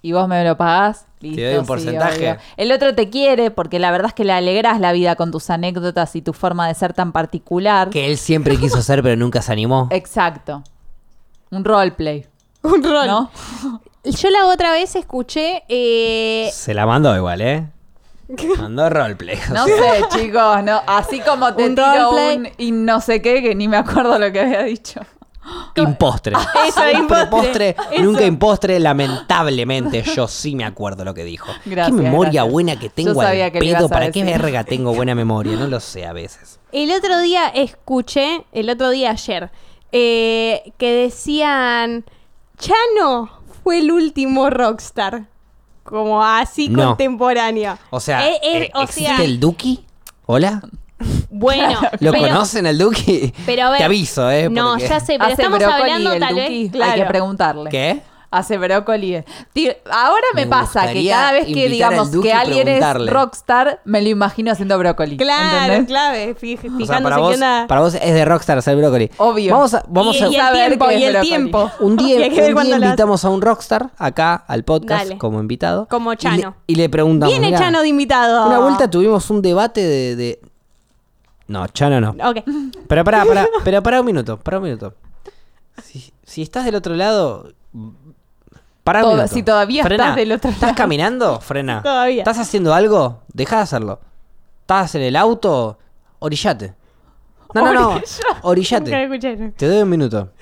y vos me lo pagás. Listo,
doy un
sí,
porcentaje.
obvio. El otro te quiere porque la verdad es que le alegrás la vida con tus anécdotas y tu forma de ser tan particular.
Que él siempre quiso ser, pero nunca se
[laughs]
animó.
Eh, Exacto. Un roleplay.
[laughs] Un
[laughs]
rol.
¿No?
Yo la otra vez escuché. eh,
Se la mandó igual, ¿eh? Mandó roleplay. o
No
sea.
sé, chicos. No, así como te
Un
tiro
roleplay.
un y no sé qué, que ni me acuerdo lo que había dicho.
Impostre.
Eso,
Siempre
impostre.
postre, nunca impostre, lamentablemente. Yo sí me acuerdo lo que dijo.
Gracias,
qué memoria
gracias.
buena que
Yo
tengo
sabía
al
que lo ibas
pedo.
a
¿Para qué
decir.
verga tengo buena memoria? No lo sé a veces.
El otro día escuché, el otro día ayer, eh, que decían. Chano fue el último rockstar. Como así
No.
contemporáneo.
O sea,
Eh, eh,
eh,
o
¿existe
sea,
el Duki? ¿Hola?
bueno.
[laughs] ¿Lo
pero-
conocen al Duki?
Pero a ver.
Te aviso, ¿eh?
No,
porque-
ya sé, pero
Hace
estamos
brócoli
hablando
el
tal
Duki,
vez. Claro.
Hay que preguntarle.
¿Qué?
Hace brócoli. Ti- Ahora me,
Me
pasa que
gustaría
cada vez que
invitar al
digamos
Duki
que
y
alguien es
preguntarle.
rockstar, me lo imagino haciendo brócoli.
Claro,
¿entendés?
clave. fij-
O
fijándose
sea, para
qué
vos,
onda.
para vos es de Rockstar hacer brócoli.
Obvio.
Vamos a, vamos
[laughs] y,
a
y
saber qué
el tiempo,
es
y el
brócoli.
tiempo.
[laughs] Un día,
[laughs] Y hay que ver
un
cuándo
día
lo hace.
invitamos a un rockstar acá al podcast
Dale.
como invitado.
Como
Y le-
Chano.
Y le, preguntamos.
Viene
"Mirá,
Chano de invitado.
Una vuelta tuvimos un debate de. de- No, Chano no.
Ok.
Pero pará,
[laughs]
pará, pero pará un minuto, pará un minuto. Si, si estás del otro lado. Pará un
Todo-
minuto.
si todavía estás del otro
¿Estás
lado.
caminando?
[laughs]
Frena.
Todavía.
¿Estás haciendo algo? Deja de hacerlo. ¿Estás en el auto? Orillate. No, no,
[laughs]
no.
Nunca lo
Orillate.
escuché.
Te doy un minuto.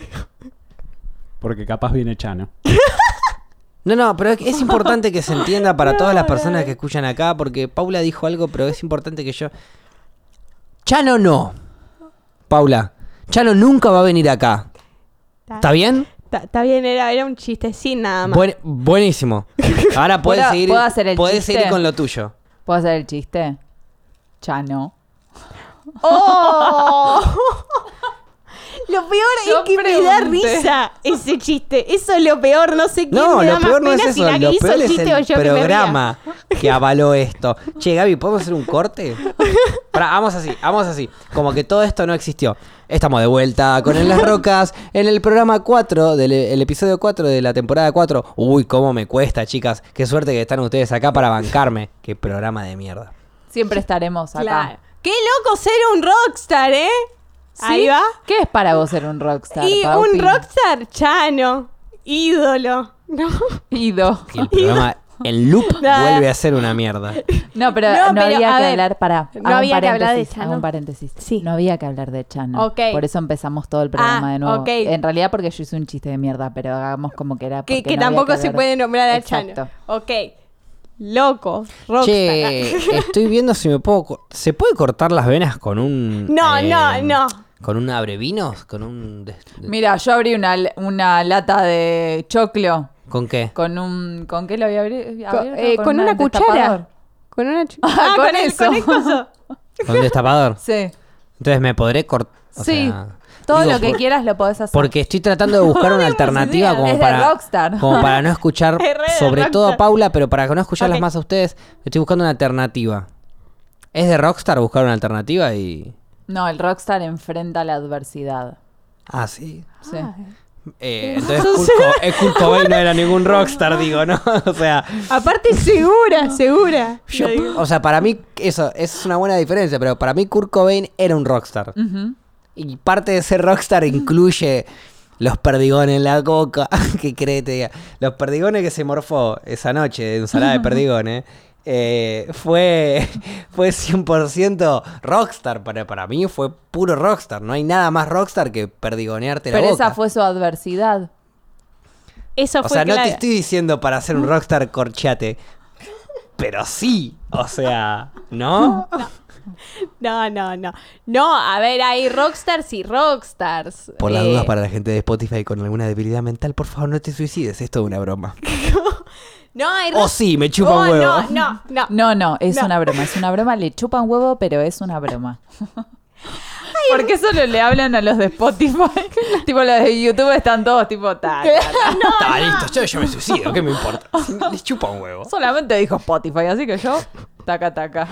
Porque capaz viene Chano.
No, no, pero es- es importante que se entienda
[laughs]
para todas las personas que escuchan acá, porque Paula dijo algo, pero es importante que yo. Chano no. Paula, Chano nunca va a venir acá. ¿Está bien?
Está- Está bien, era, era un chiste sin nada más.
Buen- buenísimo. Ahora puedes
¿Puedo-
seguir,
puedo hacer el
podés
chiste?
seguir con lo tuyo.
¿Puedo hacer el chiste? Chano.
¡Oh! [laughs] Lo peor
Yo
es que me da
pregunté.
risa ese chiste. Eso es lo peor. No sé quién
No,
me da
lo
más
peor no es
pena, si
eso.
la que
Lo
hizo
peor
el
es
chiste o
el
yo que me ría.
programa que avaló
[laughs]
esto. Che, Gaby, ¿podemos hacer un corte? Pará, vamos así, vamos así. Como que todo esto no existió. Estamos de vuelta con En las Rocas en el programa 4, del el episodio 4 de la temporada 4. Uy, cómo me cuesta, chicas. Qué suerte que están ustedes acá para bancarme. Qué programa de mierda.
Siempre estaremos acá.
Claro. Qué loco ser un rockstar, ¿eh?
¿Sí?
Ahí va.
¿Qué es para vos ser un rockstar?
y
Paupi?
un rockstar chano. Ídolo. No,
Ido.
[laughs]
Y el programa, el loop,
Nada.
vuelve a ser una mierda.
No, pero
No,
no,
pero,
había
a
que
ver,
hablar para.
no había que hablar de Chano.
un paréntesis.
Sí.
No había que hablar de Chano.
Ok.
Por eso empezamos todo el programa
Ah,
de nuevo.
ok.
En realidad porque yo hice un chiste de mierda, pero hagamos como que era
que
porque
que
no había
tampoco se
hablar.
puede nombrar a
Exacto.
chano. Ok. Loco. Rockstar.
Che, estoy viendo si me puedo. co- ¿Se puede cortar las venas con un. eh,
No, no, no.
¿Con un abrevinos? ¿Con un. des- de-
Mira, yo abrí una, una lata de choclo
¿Con qué?
con un... ¿Con qué lo había abri-
Co-
abierto?
eh, con una
destapador.
cuchara. Con una [laughs] chu-
Ah, con
el-
eso.
Con el coso.
¿Con un destapador?
Sí.
Entonces me podré cortar.
sí. Todo lo que quieras lo podés hacer.
Porque estoy tratando de
[laughs]
buscar una alternativa
idea. Es
como
de
para,
Rockstar.
como para no escuchar,
Es re de
sobre todo a
Rockstar.
Paula, pero para no escucharlas
Ok.
más a ustedes, estoy buscando una alternativa. Es de Rockstar buscar una alternativa y...
No, el rockstar enfrenta la adversidad.
Ah, sí.
Sí.
Eh, entonces Kurt Co- eh, Kurt Cobain no era
[laughs]
ningún rockstar, digo, ¿no? [laughs] O sea,
[laughs] Aparte, segura, segura.
Yo-
Lo digo.
o sea, para mí, eso, eso es una buena diferencia, pero para mí Kurt Cobain era un rockstar.
Ujú.
Y parte de ser rockstar incluye los perdigones en la [laughs] coca, que cree, te diga. Los perdigones que se morfó esa noche de ensalada de perdigones. eh, fue, [laughs] fue 100% rockstar para, para mí, fue puro rockstar. No hay nada más rockstar que perdigonearte la
Pero
boca.
esa fue su adversidad.
Eso
o
fue
sea, no
clave.
te estoy diciendo para ser un rockstar corchate, pero sí, o sea, ¿no?
No, no, no. No, a ver, hay rockstars y rockstars.
Por las
Eh,
dudas para la gente de Spotify con alguna debilidad mental, por favor no te suicides, es toda una broma.
No, hay
O
rock-
sí, me chupa un
Oh,
huevo.
No, no, no.
No, no, es
No.
una broma. Es una broma, le chupan huevo, pero es una broma. Porque solo le hablan a los de [laughs] Spotify. tipo, los de YouTube están todos tipo tal.
Está Ah, listo, yo, yo me suicido, ¿qué me
[laughs]
importa? Les chupa un huevo.
Solamente dijo Spotify, así que yo, taca, taca.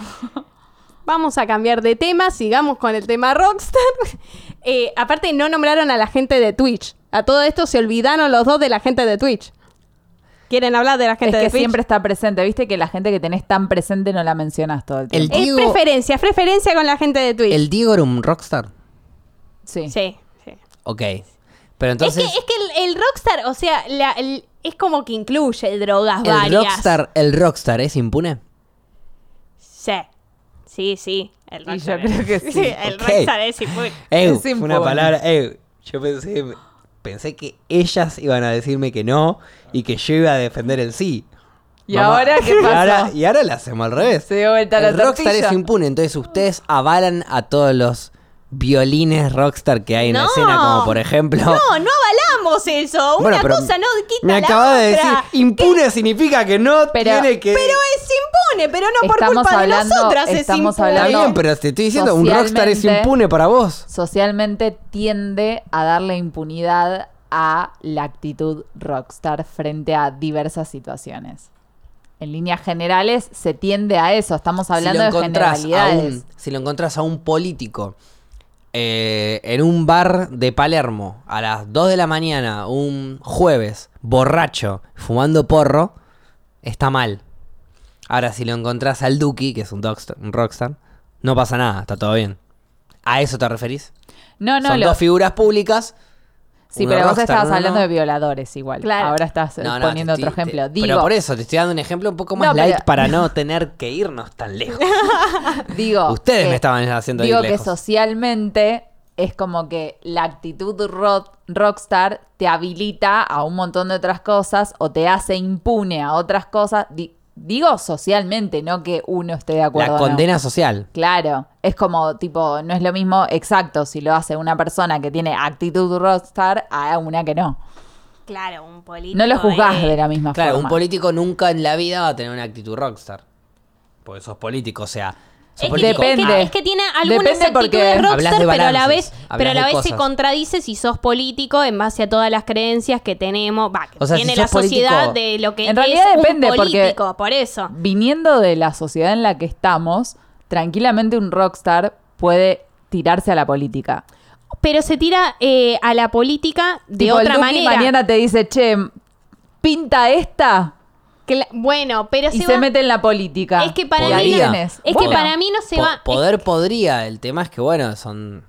Vamos a cambiar de tema, sigamos con el tema rockstar. [laughs] Eh, aparte, no nombraron a la gente de Twitch. A todo esto se olvidaron los dos de la gente de Twitch. ¿Quieren hablar de la
Es
gente
que
de Twitch?
siempre está presente. Viste que la gente que tenés tan presente no la mencionas todo el tiempo.
El-
Es
Digo-
preferencia, es preferencia con la gente de Twitch.
¿El Diego era un rockstar?
Sí.
Sí, sí.
Ok. Pero entonces.
es que, es que el, el rockstar, o sea, la- el- es como que incluye el drogas
el
varias.
rockstar, el rockstar es impune.
Sí. Sí, sí. El
Y yo
rockstar
creo que
[laughs]
sí.
el
Ok.
rockstar es impune.
Ew,
Es
fue
impune.
una palabra. ew. yo pensé, pensé que ellas iban a decirme que no y que yo iba a defender el sí.
¿Y ahora qué
y
pasó?
ahora, y ahora la hacemos al revés.
Se dio vuelta la
el rockstar
tortilla.
es impune, entonces ustedes avalan a todos los violines rockstar que hay en la
No.
escena, como por ejemplo.
No, no avalamos eso. Una
Bueno, pero
cosa no quita
Me
la
acabas de
otra.
decir, impune significa que no
Pero-
tiene que.
Pero es impune, pero no por
Estamos
culpa
hablando-
de nosotras es
estamos
impune.
Está
hablando-
bien, pero te estoy diciendo, un rockstar es
Socialmente-
impune para vos.
Socialmente tiende a darle impunidad a la actitud rockstar frente a diversas situaciones. En líneas generales se tiende a eso. Estamos hablando de
encontrás a
generalidades.
un- si lo encontrás a un político eh, en un bar de Palermo a las 2 de la mañana, un jueves, borracho, fumando porro, está mal. Ahora, si lo encontrás al Duki, que es un, docksta- un rockstar, no pasa nada, está todo bien. ¿A eso te referís?
No, no,
Son
lo-
dos figuras públicas.
sí,
una
pero vos
rockstar,
estabas
no, no,
hablando
no.
de violadores igual.
Claro.
Ahora estás eh,
No, no, te
poniendo otro
estoy- te-
ejemplo. Digo,
pero por eso te estoy dando un ejemplo un poco más
No, pero-
light para
[laughs]
no tener que irnos tan lejos.
digo
Ustedes
que-
me estaban haciendo ir
eh, Digo que
lejos.
socialmente es como que la actitud ro- rockstar te habilita a un montón de otras cosas o te hace impune a otras cosas. Di- digo socialmente, no que uno esté de acuerdo.
La
o no.
condena social.
Claro, es como tipo, no es lo mismo exacto si lo hace una persona que tiene actitud rockstar a una que no.
Claro, un político.
No lo juzgás
eh,
de la misma
Claro,
forma.
un político nunca en la vida va a tener una actitud rockstar. Porque sos político, o sea. Sos
Es que,
político.
Depende.
es que- es que tiene algunas
Depende porque-
actitudes
Hablas
rockstar,
de
pero a la
balances,
vez,
hablas
pero a la
de
vez se
cosas.
contradice si sos político en base a todas las creencias que tenemos, va, que
O sea, si
tiene
sos
la sociedad
político-
de lo que
En realidad
es
depende,
un
porque-
político, por eso.
Viniendo de la sociedad en la que estamos, tranquilamente un rockstar puede tirarse a la política.
Pero se tira eh, a la política de
Tipo, el
otra
Duki
manera.
mañana te dice, che, pinta esta
Cla- bueno, pero
y
se
se
va-
mete en la política.
Es que para
Y ahí
mí no-
tenés.
es
Bueno,
que para mí no se
Ah, Po-
va.
poder podría. El tema es que, bueno, son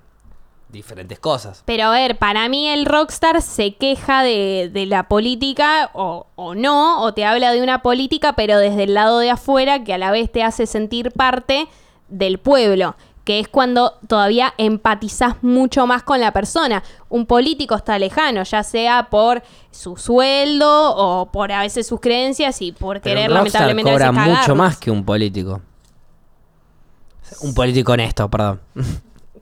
diferentes cosas.
Pero a ver, para mí el rockstar se queja de, de la política o, o no, o te habla de una política, pero desde el lado de afuera que a la vez te hace sentir parte del pueblo, que es cuando todavía empatizás mucho más con la persona. Un político está lejano, ya sea por su sueldo o por a veces sus creencias y por
Pero
querer
un rockstar
lamentablemente a veces
cobra mucho
cagarnos.
más que un político. Un político honesto, perdón.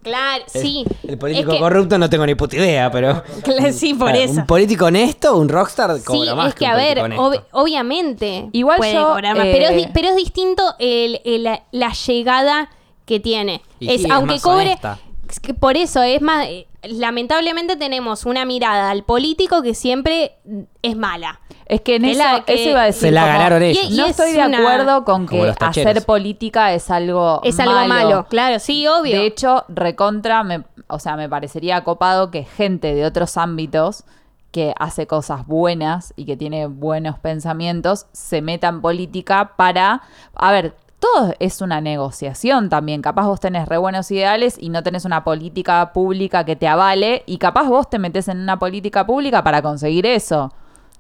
Claro, sí.
[laughs] El político
Es que-
corrupto no tengo ni puta idea, pero.
[laughs] Claro, sí, por
Claro,
eso.
Un político honesto, un rockstar cobra
sí,
más
es que,
un
a ver,
político
ob-
honesto.
obviamente.
Igual
puede
yo,
cobrar más,
eh,
pero, es, di- pero es distinto el, el- la- la llegada que tiene.
Y
es,
sí, es
aunque
más
cobre.
honesta.
es que por eso es más. eh, lamentablemente tenemos una mirada al político que siempre mm, es mala.
es que en
es
eso,
la que-
eso iba a decir.
Se la
como,
ganaron
y-
ellos.
y-
No
es
estoy de
una-
acuerdo con
Como
que
los tacheros.
hacer política es algo
Es algo malo. Claro, sí, obvio.
De hecho, recontra, me, o sea, me parecería copado que gente de otros ámbitos que hace cosas buenas y que tiene buenos pensamientos se meta en política para, a ver, todo es una negociación también. Capaz vos tenés re buenos ideales y no tenés una política pública que te avale y capaz vos te metes en una política pública para conseguir eso.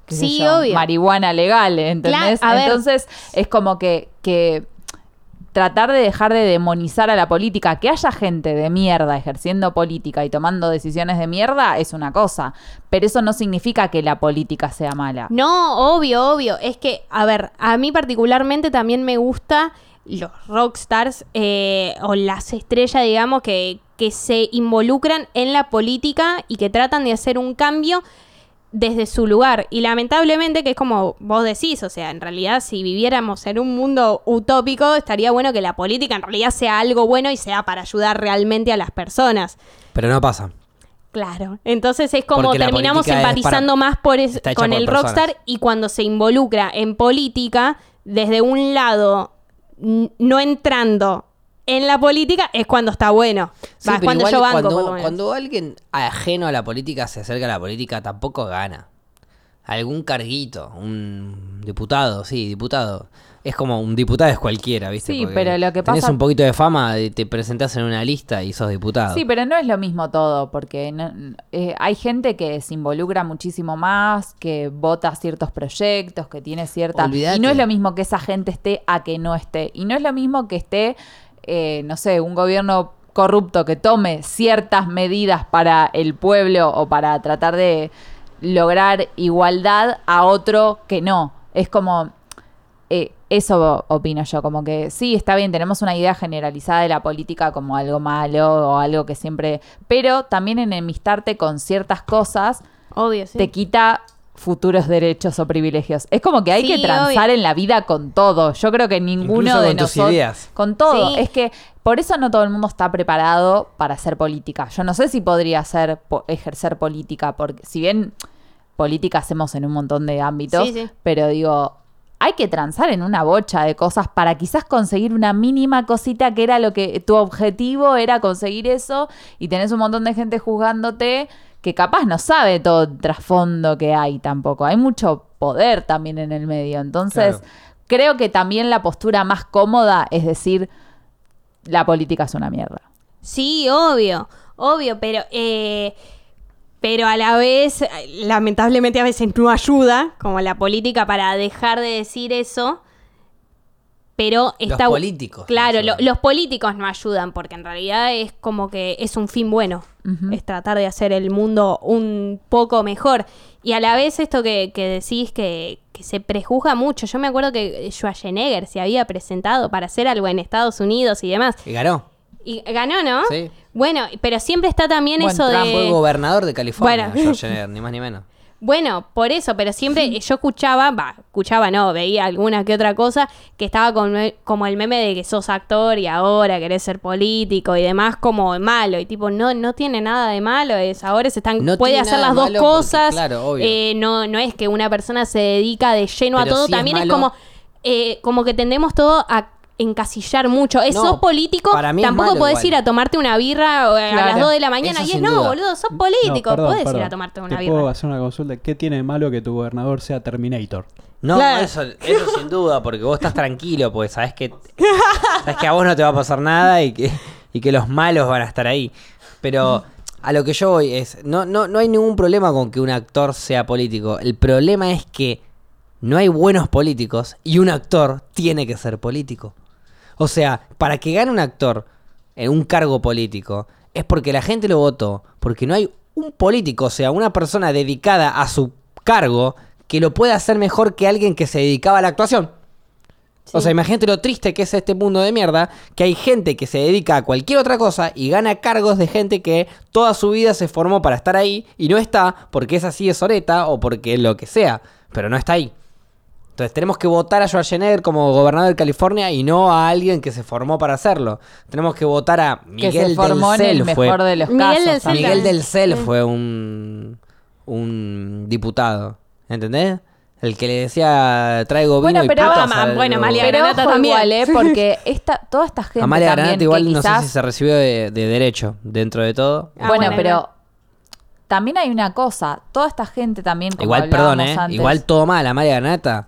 Qué sé
Sí,
yo,
obvio.
Marihuana legal, ¿entendés?
Claro, a ver.
Entonces es como que- que tratar de dejar de demonizar a la política, que haya gente de mierda ejerciendo política y tomando decisiones de mierda es una cosa, pero eso no significa que la política sea mala.
No, obvio, obvio. Es que, a ver, a mí particularmente también me gusta los rockstars eh, o las estrellas, digamos, que, que se involucran en la política y que tratan de hacer un cambio desde su lugar. Y lamentablemente, que es como vos decís, o sea, en realidad si viviéramos en un mundo utópico, estaría bueno que la política en realidad sea algo bueno y sea para ayudar realmente a las personas.
Pero no pasa.
Claro. Entonces es como
Porque la
terminamos
política es
empatizando
para-
más por es-
está hecha
con
por
el
personas.
rockstar y cuando se involucra en política, desde un lado n- no entrando en la política, es cuando está bueno.
Sí,
Va,
pero
cuando
igual
yo banco.
cuando,
por lo menos.
cuando alguien ajeno a la política se acerca a la política, tampoco gana. algún carguito, un diputado, sí, diputado. Es como un diputado es cualquiera, ¿viste?
Sí, pero lo que
Tenés
pasa-
un poquito de fama, eh, te presentás en una lista y sos diputado.
Sí, pero no es lo mismo todo, porque no- eh, hay gente que se involucra muchísimo más, que vota ciertos proyectos, que tiene cierta...
Olvídate.
Y no es lo mismo que esa gente esté a que no esté. Y no es lo mismo que esté, eh, no sé, un gobierno corrupto que tome ciertas medidas para el pueblo o para tratar de lograr igualdad a otro que no. Es como, eh, eso opino yo, como que sí, está bien, tenemos una idea generalizada de la política como algo malo o algo que siempre... Pero también enemistarte con ciertas cosas
Obvio, sí.
te quita futuros derechos o privilegios. Es como que hay
Sí,
que transar
obvio.
en la vida con todo. Yo creo que ninguno
Incluso
de
con tus
nosotros...
ideas.
Con todo.
Sí.
Es que por eso no todo el mundo está preparado para hacer política. Yo no sé si podría hacer, po- ejercer política, porque si bien política hacemos en un montón de ámbitos,
Sí, sí.
pero digo, hay que transar en una bocha de cosas para quizás conseguir una mínima cosita que era lo que tu objetivo era conseguir eso y tenés un montón de gente juzgándote que capaz no sabe todo el trasfondo que hay tampoco. Hay mucho poder también en el medio. Entonces,
Claro.
creo que también la postura más cómoda es decir, la política es una mierda.
Sí, obvio, obvio, pero eh, pero a la vez, eh, lamentablemente a veces no ayuda, como la política, para dejar de decir eso. Pero está
Los políticos no
Claro, lo-
ayudan.
los políticos no ayudan, porque en realidad es como que es un fin bueno.
Ujú.
Es tratar de hacer el mundo un poco mejor. Y a la vez esto que, que decís que, que se prejuzga mucho. Yo me acuerdo que Schwarzenegger se había presentado para hacer algo en Estados Unidos y demás.
Y ganó.
Y ganó, ¿no?
Sí.
Bueno, pero siempre está también
Buen
eso
Trump,
Ah, Fue
de.
gobernador de California,
Eh, Bueno.
Schwarzenegger, ni más ni menos.
Bueno, por eso, pero
[laughs]
siempre yo escuchaba, va, escuchaba no, veía alguna que otra cosa que estaba con me- como el meme de que sos actor y ahora querés ser político y demás como malo y tipo no no tiene nada de malo, es ahora se están
No
puede
tiene
hacer
nada de
las dos
malo porque,
cosas.
claro, obvio.
eh, no no es que una persona se dedica de lleno
Pero
a todo,
sí es
también es,
malo.
como eh, como que tendemos todo a encasillar mucho. Es
No,
sos político,
para mí es
tampoco
malo
podés
igual.
ir a tomarte una birra eh, a las
Claro.
2 de la
Eso
mañana y es
sin
no,
duda.
boludo, sos
No,
político,
perdón,
podés ir
perdón.
a tomarte una
Te
birra.
puedo hacer una consulta. ¿Qué tiene de malo que tu gobernador sea Terminator?
No,
Claro.
eso, eso sin duda, porque vos estás tranquilo, porque sabés que, sabés que a vos no te va a pasar nada y que, y que los malos van a estar ahí. Pero a lo que yo voy es, no, no, no hay ningún problema con que un actor sea político. El problema es que no hay buenos políticos y un actor tiene que ser político. O sea, para que gane un actor en un cargo político es porque la gente lo votó, porque no hay un político, o sea, una persona dedicada a su cargo que lo pueda hacer mejor que alguien que se dedicaba a la actuación. O sea, imagínate lo triste que es este mundo de mierda, que hay gente que se dedica a cualquier otra cosa y gana cargos de gente que toda su vida se formó para estar ahí y no está porque es así de soreta o porque lo que sea, pero no está ahí. Entonces tenemos que votar a Schwarzenegger como gobernador de California y no a alguien que se formó para hacerlo. Tenemos que votar a Miguel
que se formó
del
en el
Cel. fue-
mejor de los
Miguel
casos.
del Cel
también.
Miguel del Cel fue un, un diputado, ¿entendés? El que le decía traigo vino
Bueno,
y
pero
papas
ama-
al-
bueno, Amalia
Pero
Granata
ojo
también.
igual, ¿eh? porque esta, toda esta gente
Amalia
también
Granata
que
igual no sé
quizás-
si se recibió de, de derecho dentro de todo.
Ah,
bueno,
bueno,
pero también hay una cosa, toda esta gente también como
igual, perdón, ¿eh?
hablábamos antes,
Igual todo mal, Amalia Granata.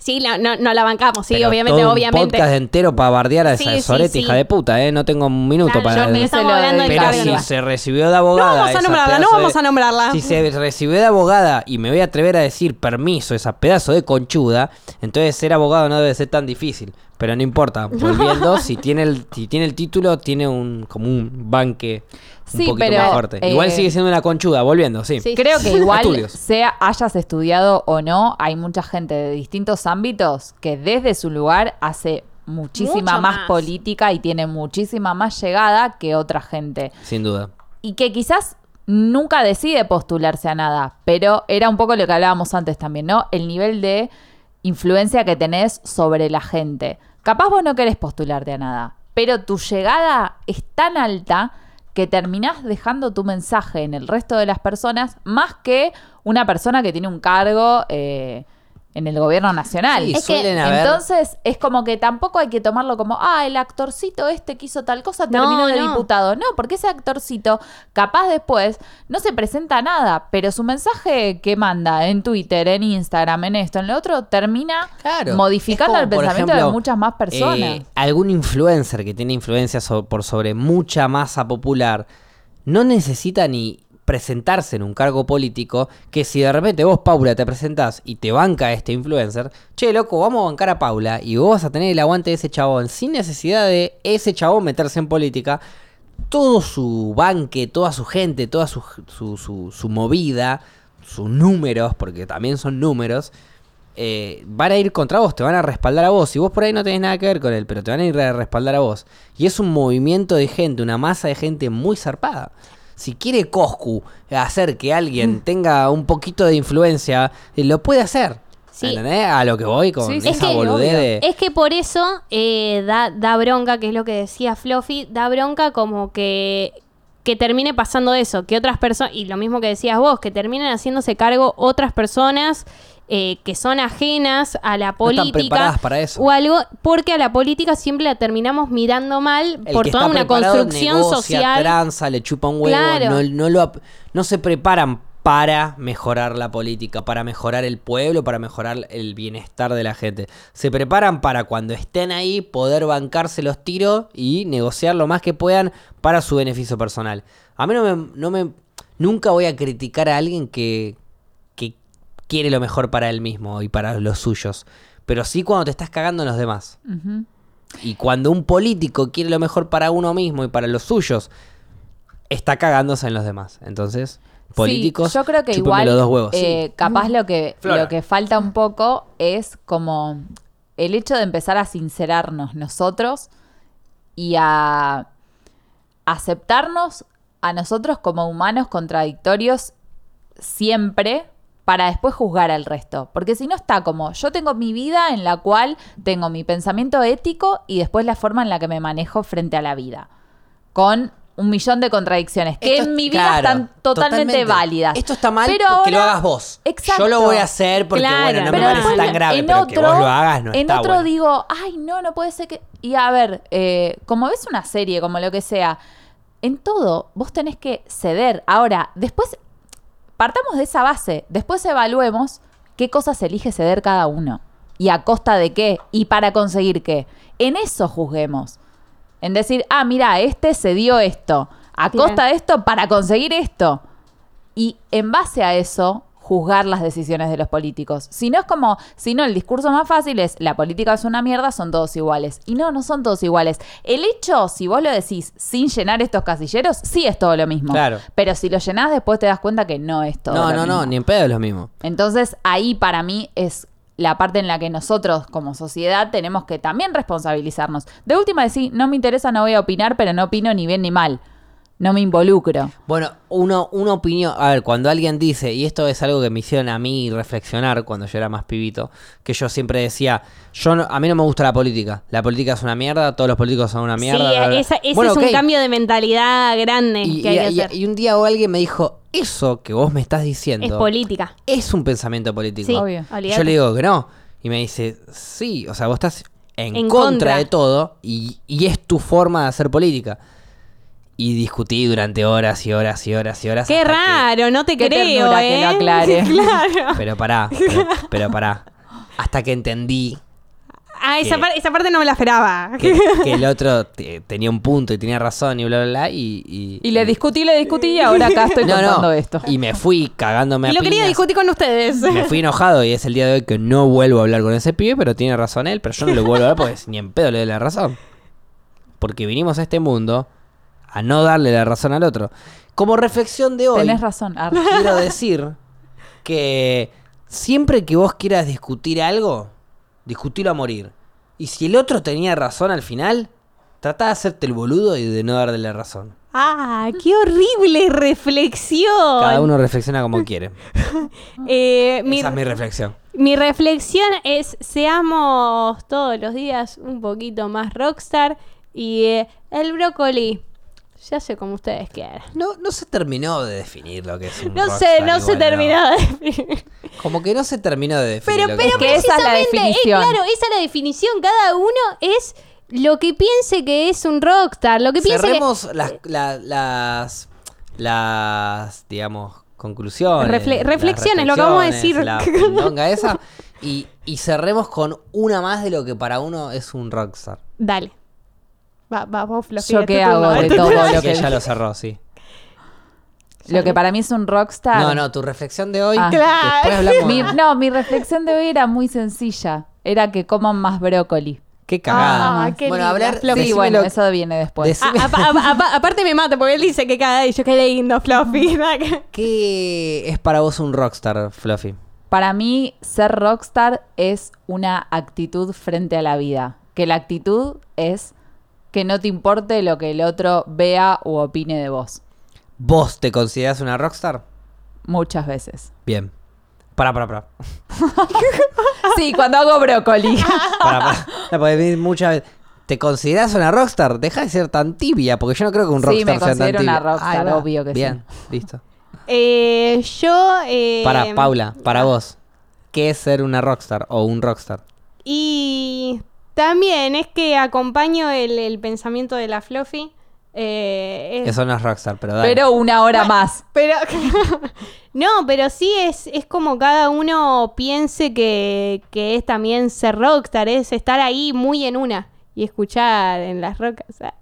Sí, la- no, no la bancamos, sí,
Pero
obviamente,
todo un
obviamente.
podcast entero para bardear a
Sí,
esa
sí,
soreta,
sí.
hija de puta, ¿eh? No tengo un minuto
Claro,
para...
yo-
se
estamos
lo
hablando del
dedico.
Pero
cargo
si
de-
se recibió de abogada.
No vamos a
esa
nombrarla, no
pedazo
vamos a nombrarla.
Si se recibió de abogada, y me voy a atrever a decir permiso, esa pedazo de conchuda, entonces ser abogado no debe ser tan difícil. Pero no importa, volviendo, si tiene el, si tiene el título, tiene un como un banque un
Sí,
poquito
pero,
más fuerte.
eh,
Igual sigue siendo una conchuda, volviendo, sí.
Sí.
[laughs]
Creo que igual,
Estudios.
sea hayas estudiado o no, hay mucha gente de distintos ámbitos que desde su lugar hace muchísima
Mucho
más,
más.
política y tiene muchísima más llegada que otra gente.
Sin duda.
Y que quizás nunca decide postularse a nada, pero era un poco lo que hablábamos antes también, ¿no? El nivel de influencia que tenés sobre la gente. Capaz vos no querés postularte a nada, pero tu llegada es tan alta que terminás dejando tu mensaje en el resto de las personas más que una persona que tiene un cargo eh, en el gobierno nacional.
Sí,
Es que-
suelen haber.
Entonces es como que tampoco hay que tomarlo como, ah, el actorcito este que hizo tal cosa
No,
terminó de
no.
diputado. No, porque ese actorcito, capaz después, no se presenta a nada, pero su mensaje que manda en Twitter, en Instagram, en esto, en lo otro, termina
Claro.
modificando
Es como,
el
por
pensamiento de
ejemplo,
muchas más personas.
eh, algún influencer que tiene influencia so- por sobre mucha masa popular no necesita ni presentarse en un cargo político que si de repente vos, Paula, te presentás y te banca este influencer, che, loco, vamos a bancar a Paula y vos vas a tener el aguante de ese chabón sin necesidad de ese chabón meterse en política. Todo su banque, toda su gente, toda su, su- su- su movida, sus números, porque también son números, eh, van a ir contra vos, te van a respaldar a vos. Y vos por ahí no tenés nada que ver con él, pero te van a ir a respaldar a vos. Y es un movimiento de gente, una masa de gente muy zarpada. Si quiere Coscu hacer que alguien tenga un poquito de influencia, eh, lo puede hacer.
Sí.
¿Entendés? A lo que voy con
Sí, sí,
esa
es que-
boludez de-
Es que por eso eh, da, da bronca, que es lo que decía Fluffy, da bronca como que, que termine pasando eso, que otras personas, y lo mismo que decías vos, que terminen haciéndose cargo otras personas eh, que son ajenas a la
No están
política.
preparadas para eso.
O algo, porque a la política siempre la terminamos mirando mal
El
por
que
toda
está
una
preparado
construcción
negocia,
social.
tranza, le chupa un huevo,
Claro.
no, no lo ap- no se preparan para mejorar la política, para mejorar el pueblo, para mejorar el bienestar de la gente. Se preparan para cuando estén ahí poder bancarse los tiros y negociar lo más que puedan para su beneficio personal. A mí no me, no me nunca voy a criticar a alguien que, que quiere lo mejor para él mismo y para los suyos, pero sí cuando te estás cagando en los demás.
Ujú.
Y cuando un político quiere lo mejor para uno mismo y para los suyos, está cagándose en los demás. Entonces, políticos,
Sí, yo creo que
chúpenme
igual
los dos huevos.
eh, capaz lo que
Flora.
lo que falta un poco es como el hecho de empezar a sincerarnos nosotros y a aceptarnos a nosotros como humanos contradictorios siempre para después juzgar al resto. Porque si no está como, yo tengo mi vida en la cual tengo mi pensamiento ético y después la forma en la que me manejo frente a la vida. Con un millón de contradicciones que
Esto-
en mi vida
claro,
están totalmente, válidas.
Esto está mal
Pero
porque lo
ahora-
hagas vos.
Exacto.
Yo lo voy a hacer porque,
Claro,
bueno, no me
pero
parece
después
tan grave,
en
pero que
otro-
vos lo hagas no
En
está
otro
bueno.
digo, ay, no, no puede ser que... Y a ver, eh, como ves una serie, como lo que sea, en todo vos tenés que ceder. Ahora, después, partamos de esa base, después evaluemos qué cosas elige ceder cada uno y a costa de qué y para conseguir qué. En eso juzguemos. En decir, ah, mira, este cedió esto, a
Bien.
costa de esto para conseguir esto y en base a eso juzgar las decisiones de los políticos. Si no es como, si no, el discurso más fácil es la política es una mierda, son todos iguales. Y no, no son todos iguales. El hecho, si vos lo decís sin llenar estos casilleros, sí es todo lo mismo.
Claro.
Pero si lo llenás después te das cuenta que no es todo
No,
lo
no, no,
mismo.
ni en pedo es lo mismo.
Entonces ahí para mí es la parte en la que nosotros como sociedad tenemos que también responsabilizarnos. De última decir, no me interesa, no voy a opinar, pero no opino ni bien ni mal. No me involucro.
Bueno, uno, una opinión. A ver, cuando alguien dice, y esto es algo que me hicieron a mí reflexionar cuando yo era más pibito, que yo siempre decía, yo no- a mí no me gusta la política. La política es una mierda, todos los políticos son una mierda.
sí,
bla, bla".
esa- ese
Bueno,
es
ok,
un cambio de mentalidad grande
Y,
que hay que
y- y-
hacer.
y un día o alguien me dijo, eso que vos me estás
es
diciendo es,
política.
un pensamiento político.
Sí,
Obvio.
Y
olvídate.
Yo le digo que no. Y me dice, sí, o sea, vos estás en,
En
contra,
contra.
de todo y, y es tu forma de hacer política. Y discutí durante horas y horas y horas y horas.
Qué
hasta que-
raro, no te
Qué
creo,
ternura
¿eh?
que lo aclare.
[laughs] claro.
[laughs] Pero pará, pero, pero pará. Hasta que entendí
Ah, esa,
que-
par- esa parte no me la esperaba.
que, que el otro te- tenía un punto y tenía razón y bla, bla, bla. Y, y,
Y le discutí, le discutí y ahora acá
[laughs]
estoy
No, no,
contando esto.
Y me fui cagándome
Y
a
lo quería
piñas.
discutir con ustedes.
[laughs] Me fui enojado y es el día de hoy que no vuelvo a hablar con ese pibe, pero tiene razón él, pero yo no le vuelvo a hablar porque ni en pedo le doy la razón. Porque vinimos a este mundo a no darle la razón al otro. Como reflexión de hoy,
Tenés razón. Ar.
quiero decir que siempre que vos quieras discutir algo, discutilo a morir. Y si el otro tenía razón al final, tratá de hacerte el boludo y de no darle la razón.
[laughs] Ah, qué horrible reflexión.
Cada uno reflexiona como quiere.
Eh, mi,
Esa es mi reflexión.
mi reflexión es, seamos todos los días un poquito más rockstar y eh, el brócoli. Ya sé como ustedes quieran.
No, no se terminó de definir lo que es un
No sé,
rockstar
no se
igual,
terminó de definir.
Como que no se terminó de definir.
Pero,
lo
pero
que
que
es.
esa es la
precisamente, eh,
definición.
claro, esa es la definición. Cada uno es lo que piense que es un rockstar. Lo que piense que-
Cerremos las, la- las, las, digamos, conclusiones.
Refle-
las
reflexiones, lo que vamos a
reflexiones,
decir. [laughs]
La pindonga esa. Y, y cerremos con una más de lo que para uno es un rockstar.
Dale. Va, va, vos, Flo,
¿Yo
Filo,
qué
tu turno, [laughs]
hago
va,
de
tu
todo
turno.
lo
Así
que-
que ya lo cerró, sí.
Lo que para mí es un rockstar.
No, no, tu reflexión de hoy.
Ah.
Después hablamos.
Mi- no, mi reflexión de hoy era muy sencilla. Era que coman más brócoli.
Qué cagada.
Ah, qué
bueno,
linda.
hablar.
Flo,
Sí,
decime
bueno,
lo-
eso viene después.
Ah,
decime-
apa- apa- apa- aparte me mata porque él dice que cada y yo qué lindo, Fluffy. [laughs]
¿Qué es para vos un rockstar, Fluffy?
Para mí, ser rockstar es una actitud frente a la vida. Que la actitud es que no te importe lo que el otro vea u opine de vos.
¿Vos te considerás una rockstar?
Muchas veces.
Bien. Para, para, para.
Sí, cuando
[laughs]
hago brócoli.
Para,
[laughs]
para. No, porque vi muchas veces. ¿Te considerás una rockstar? Deja de ser tan tibia, porque yo no creo que un
Sí,
rockstar sea
me
tan
considero
tibia.
una rockstar,
Ahí va.
obvio que sí. Em,
Bien, listo.
Eh, yo. eh,
Para, Paula,
ah.
para vos. ¿Qué es ser una rockstar o un rockstar?
Y también es que acompaño el, el pensamiento de la Fluffy. eh, es-
Eso no es rockstar, pero dale.
Pero una hora más.
Pero. [laughs] no, pero sí es, es como cada uno piense que, que es también ser rockstar, es estar ahí muy en una y escuchar en las rocas. [laughs] ah.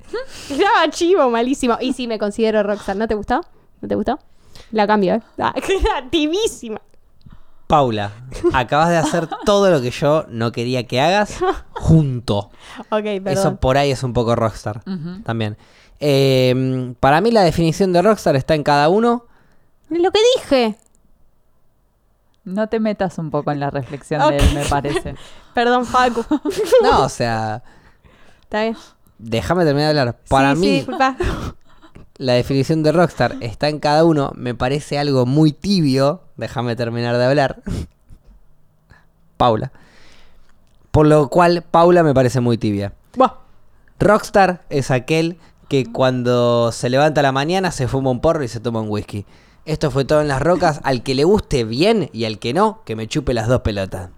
No, chivo, malísimo. Y sí, me considero rockstar. ¿No te gustó? ¿No te gustó? La cambio, ¿eh? Ah, [laughs] Activísima.
Paula, acabas de
[laughs]
hacer todo lo que yo no quería que hagas junto.
Ok,
Eso
perdón.
por ahí es un poco rockstar
Mm.
también. Eh, para mí la definición de rockstar está en cada uno.
Lo que dije.
No te metas un poco en la reflexión
Ok.
de él, me parece.
Perdón, Facu.
[laughs] No, o sea,
Está bien.
déjame terminar de hablar. Para
Sí, sí,
mí
disculpa.
la definición de rockstar está en cada uno. Me parece algo muy tibio. Déjame terminar de hablar. [laughs] Paula. Por lo cual, Paula me parece muy tibia.
Buah.
Rockstar es aquel que cuando se levanta a la mañana se fuma un porro y se toma un whisky. Esto fue todo en las rocas. Al que le guste bien y al que no, que me chupe las dos pelotas.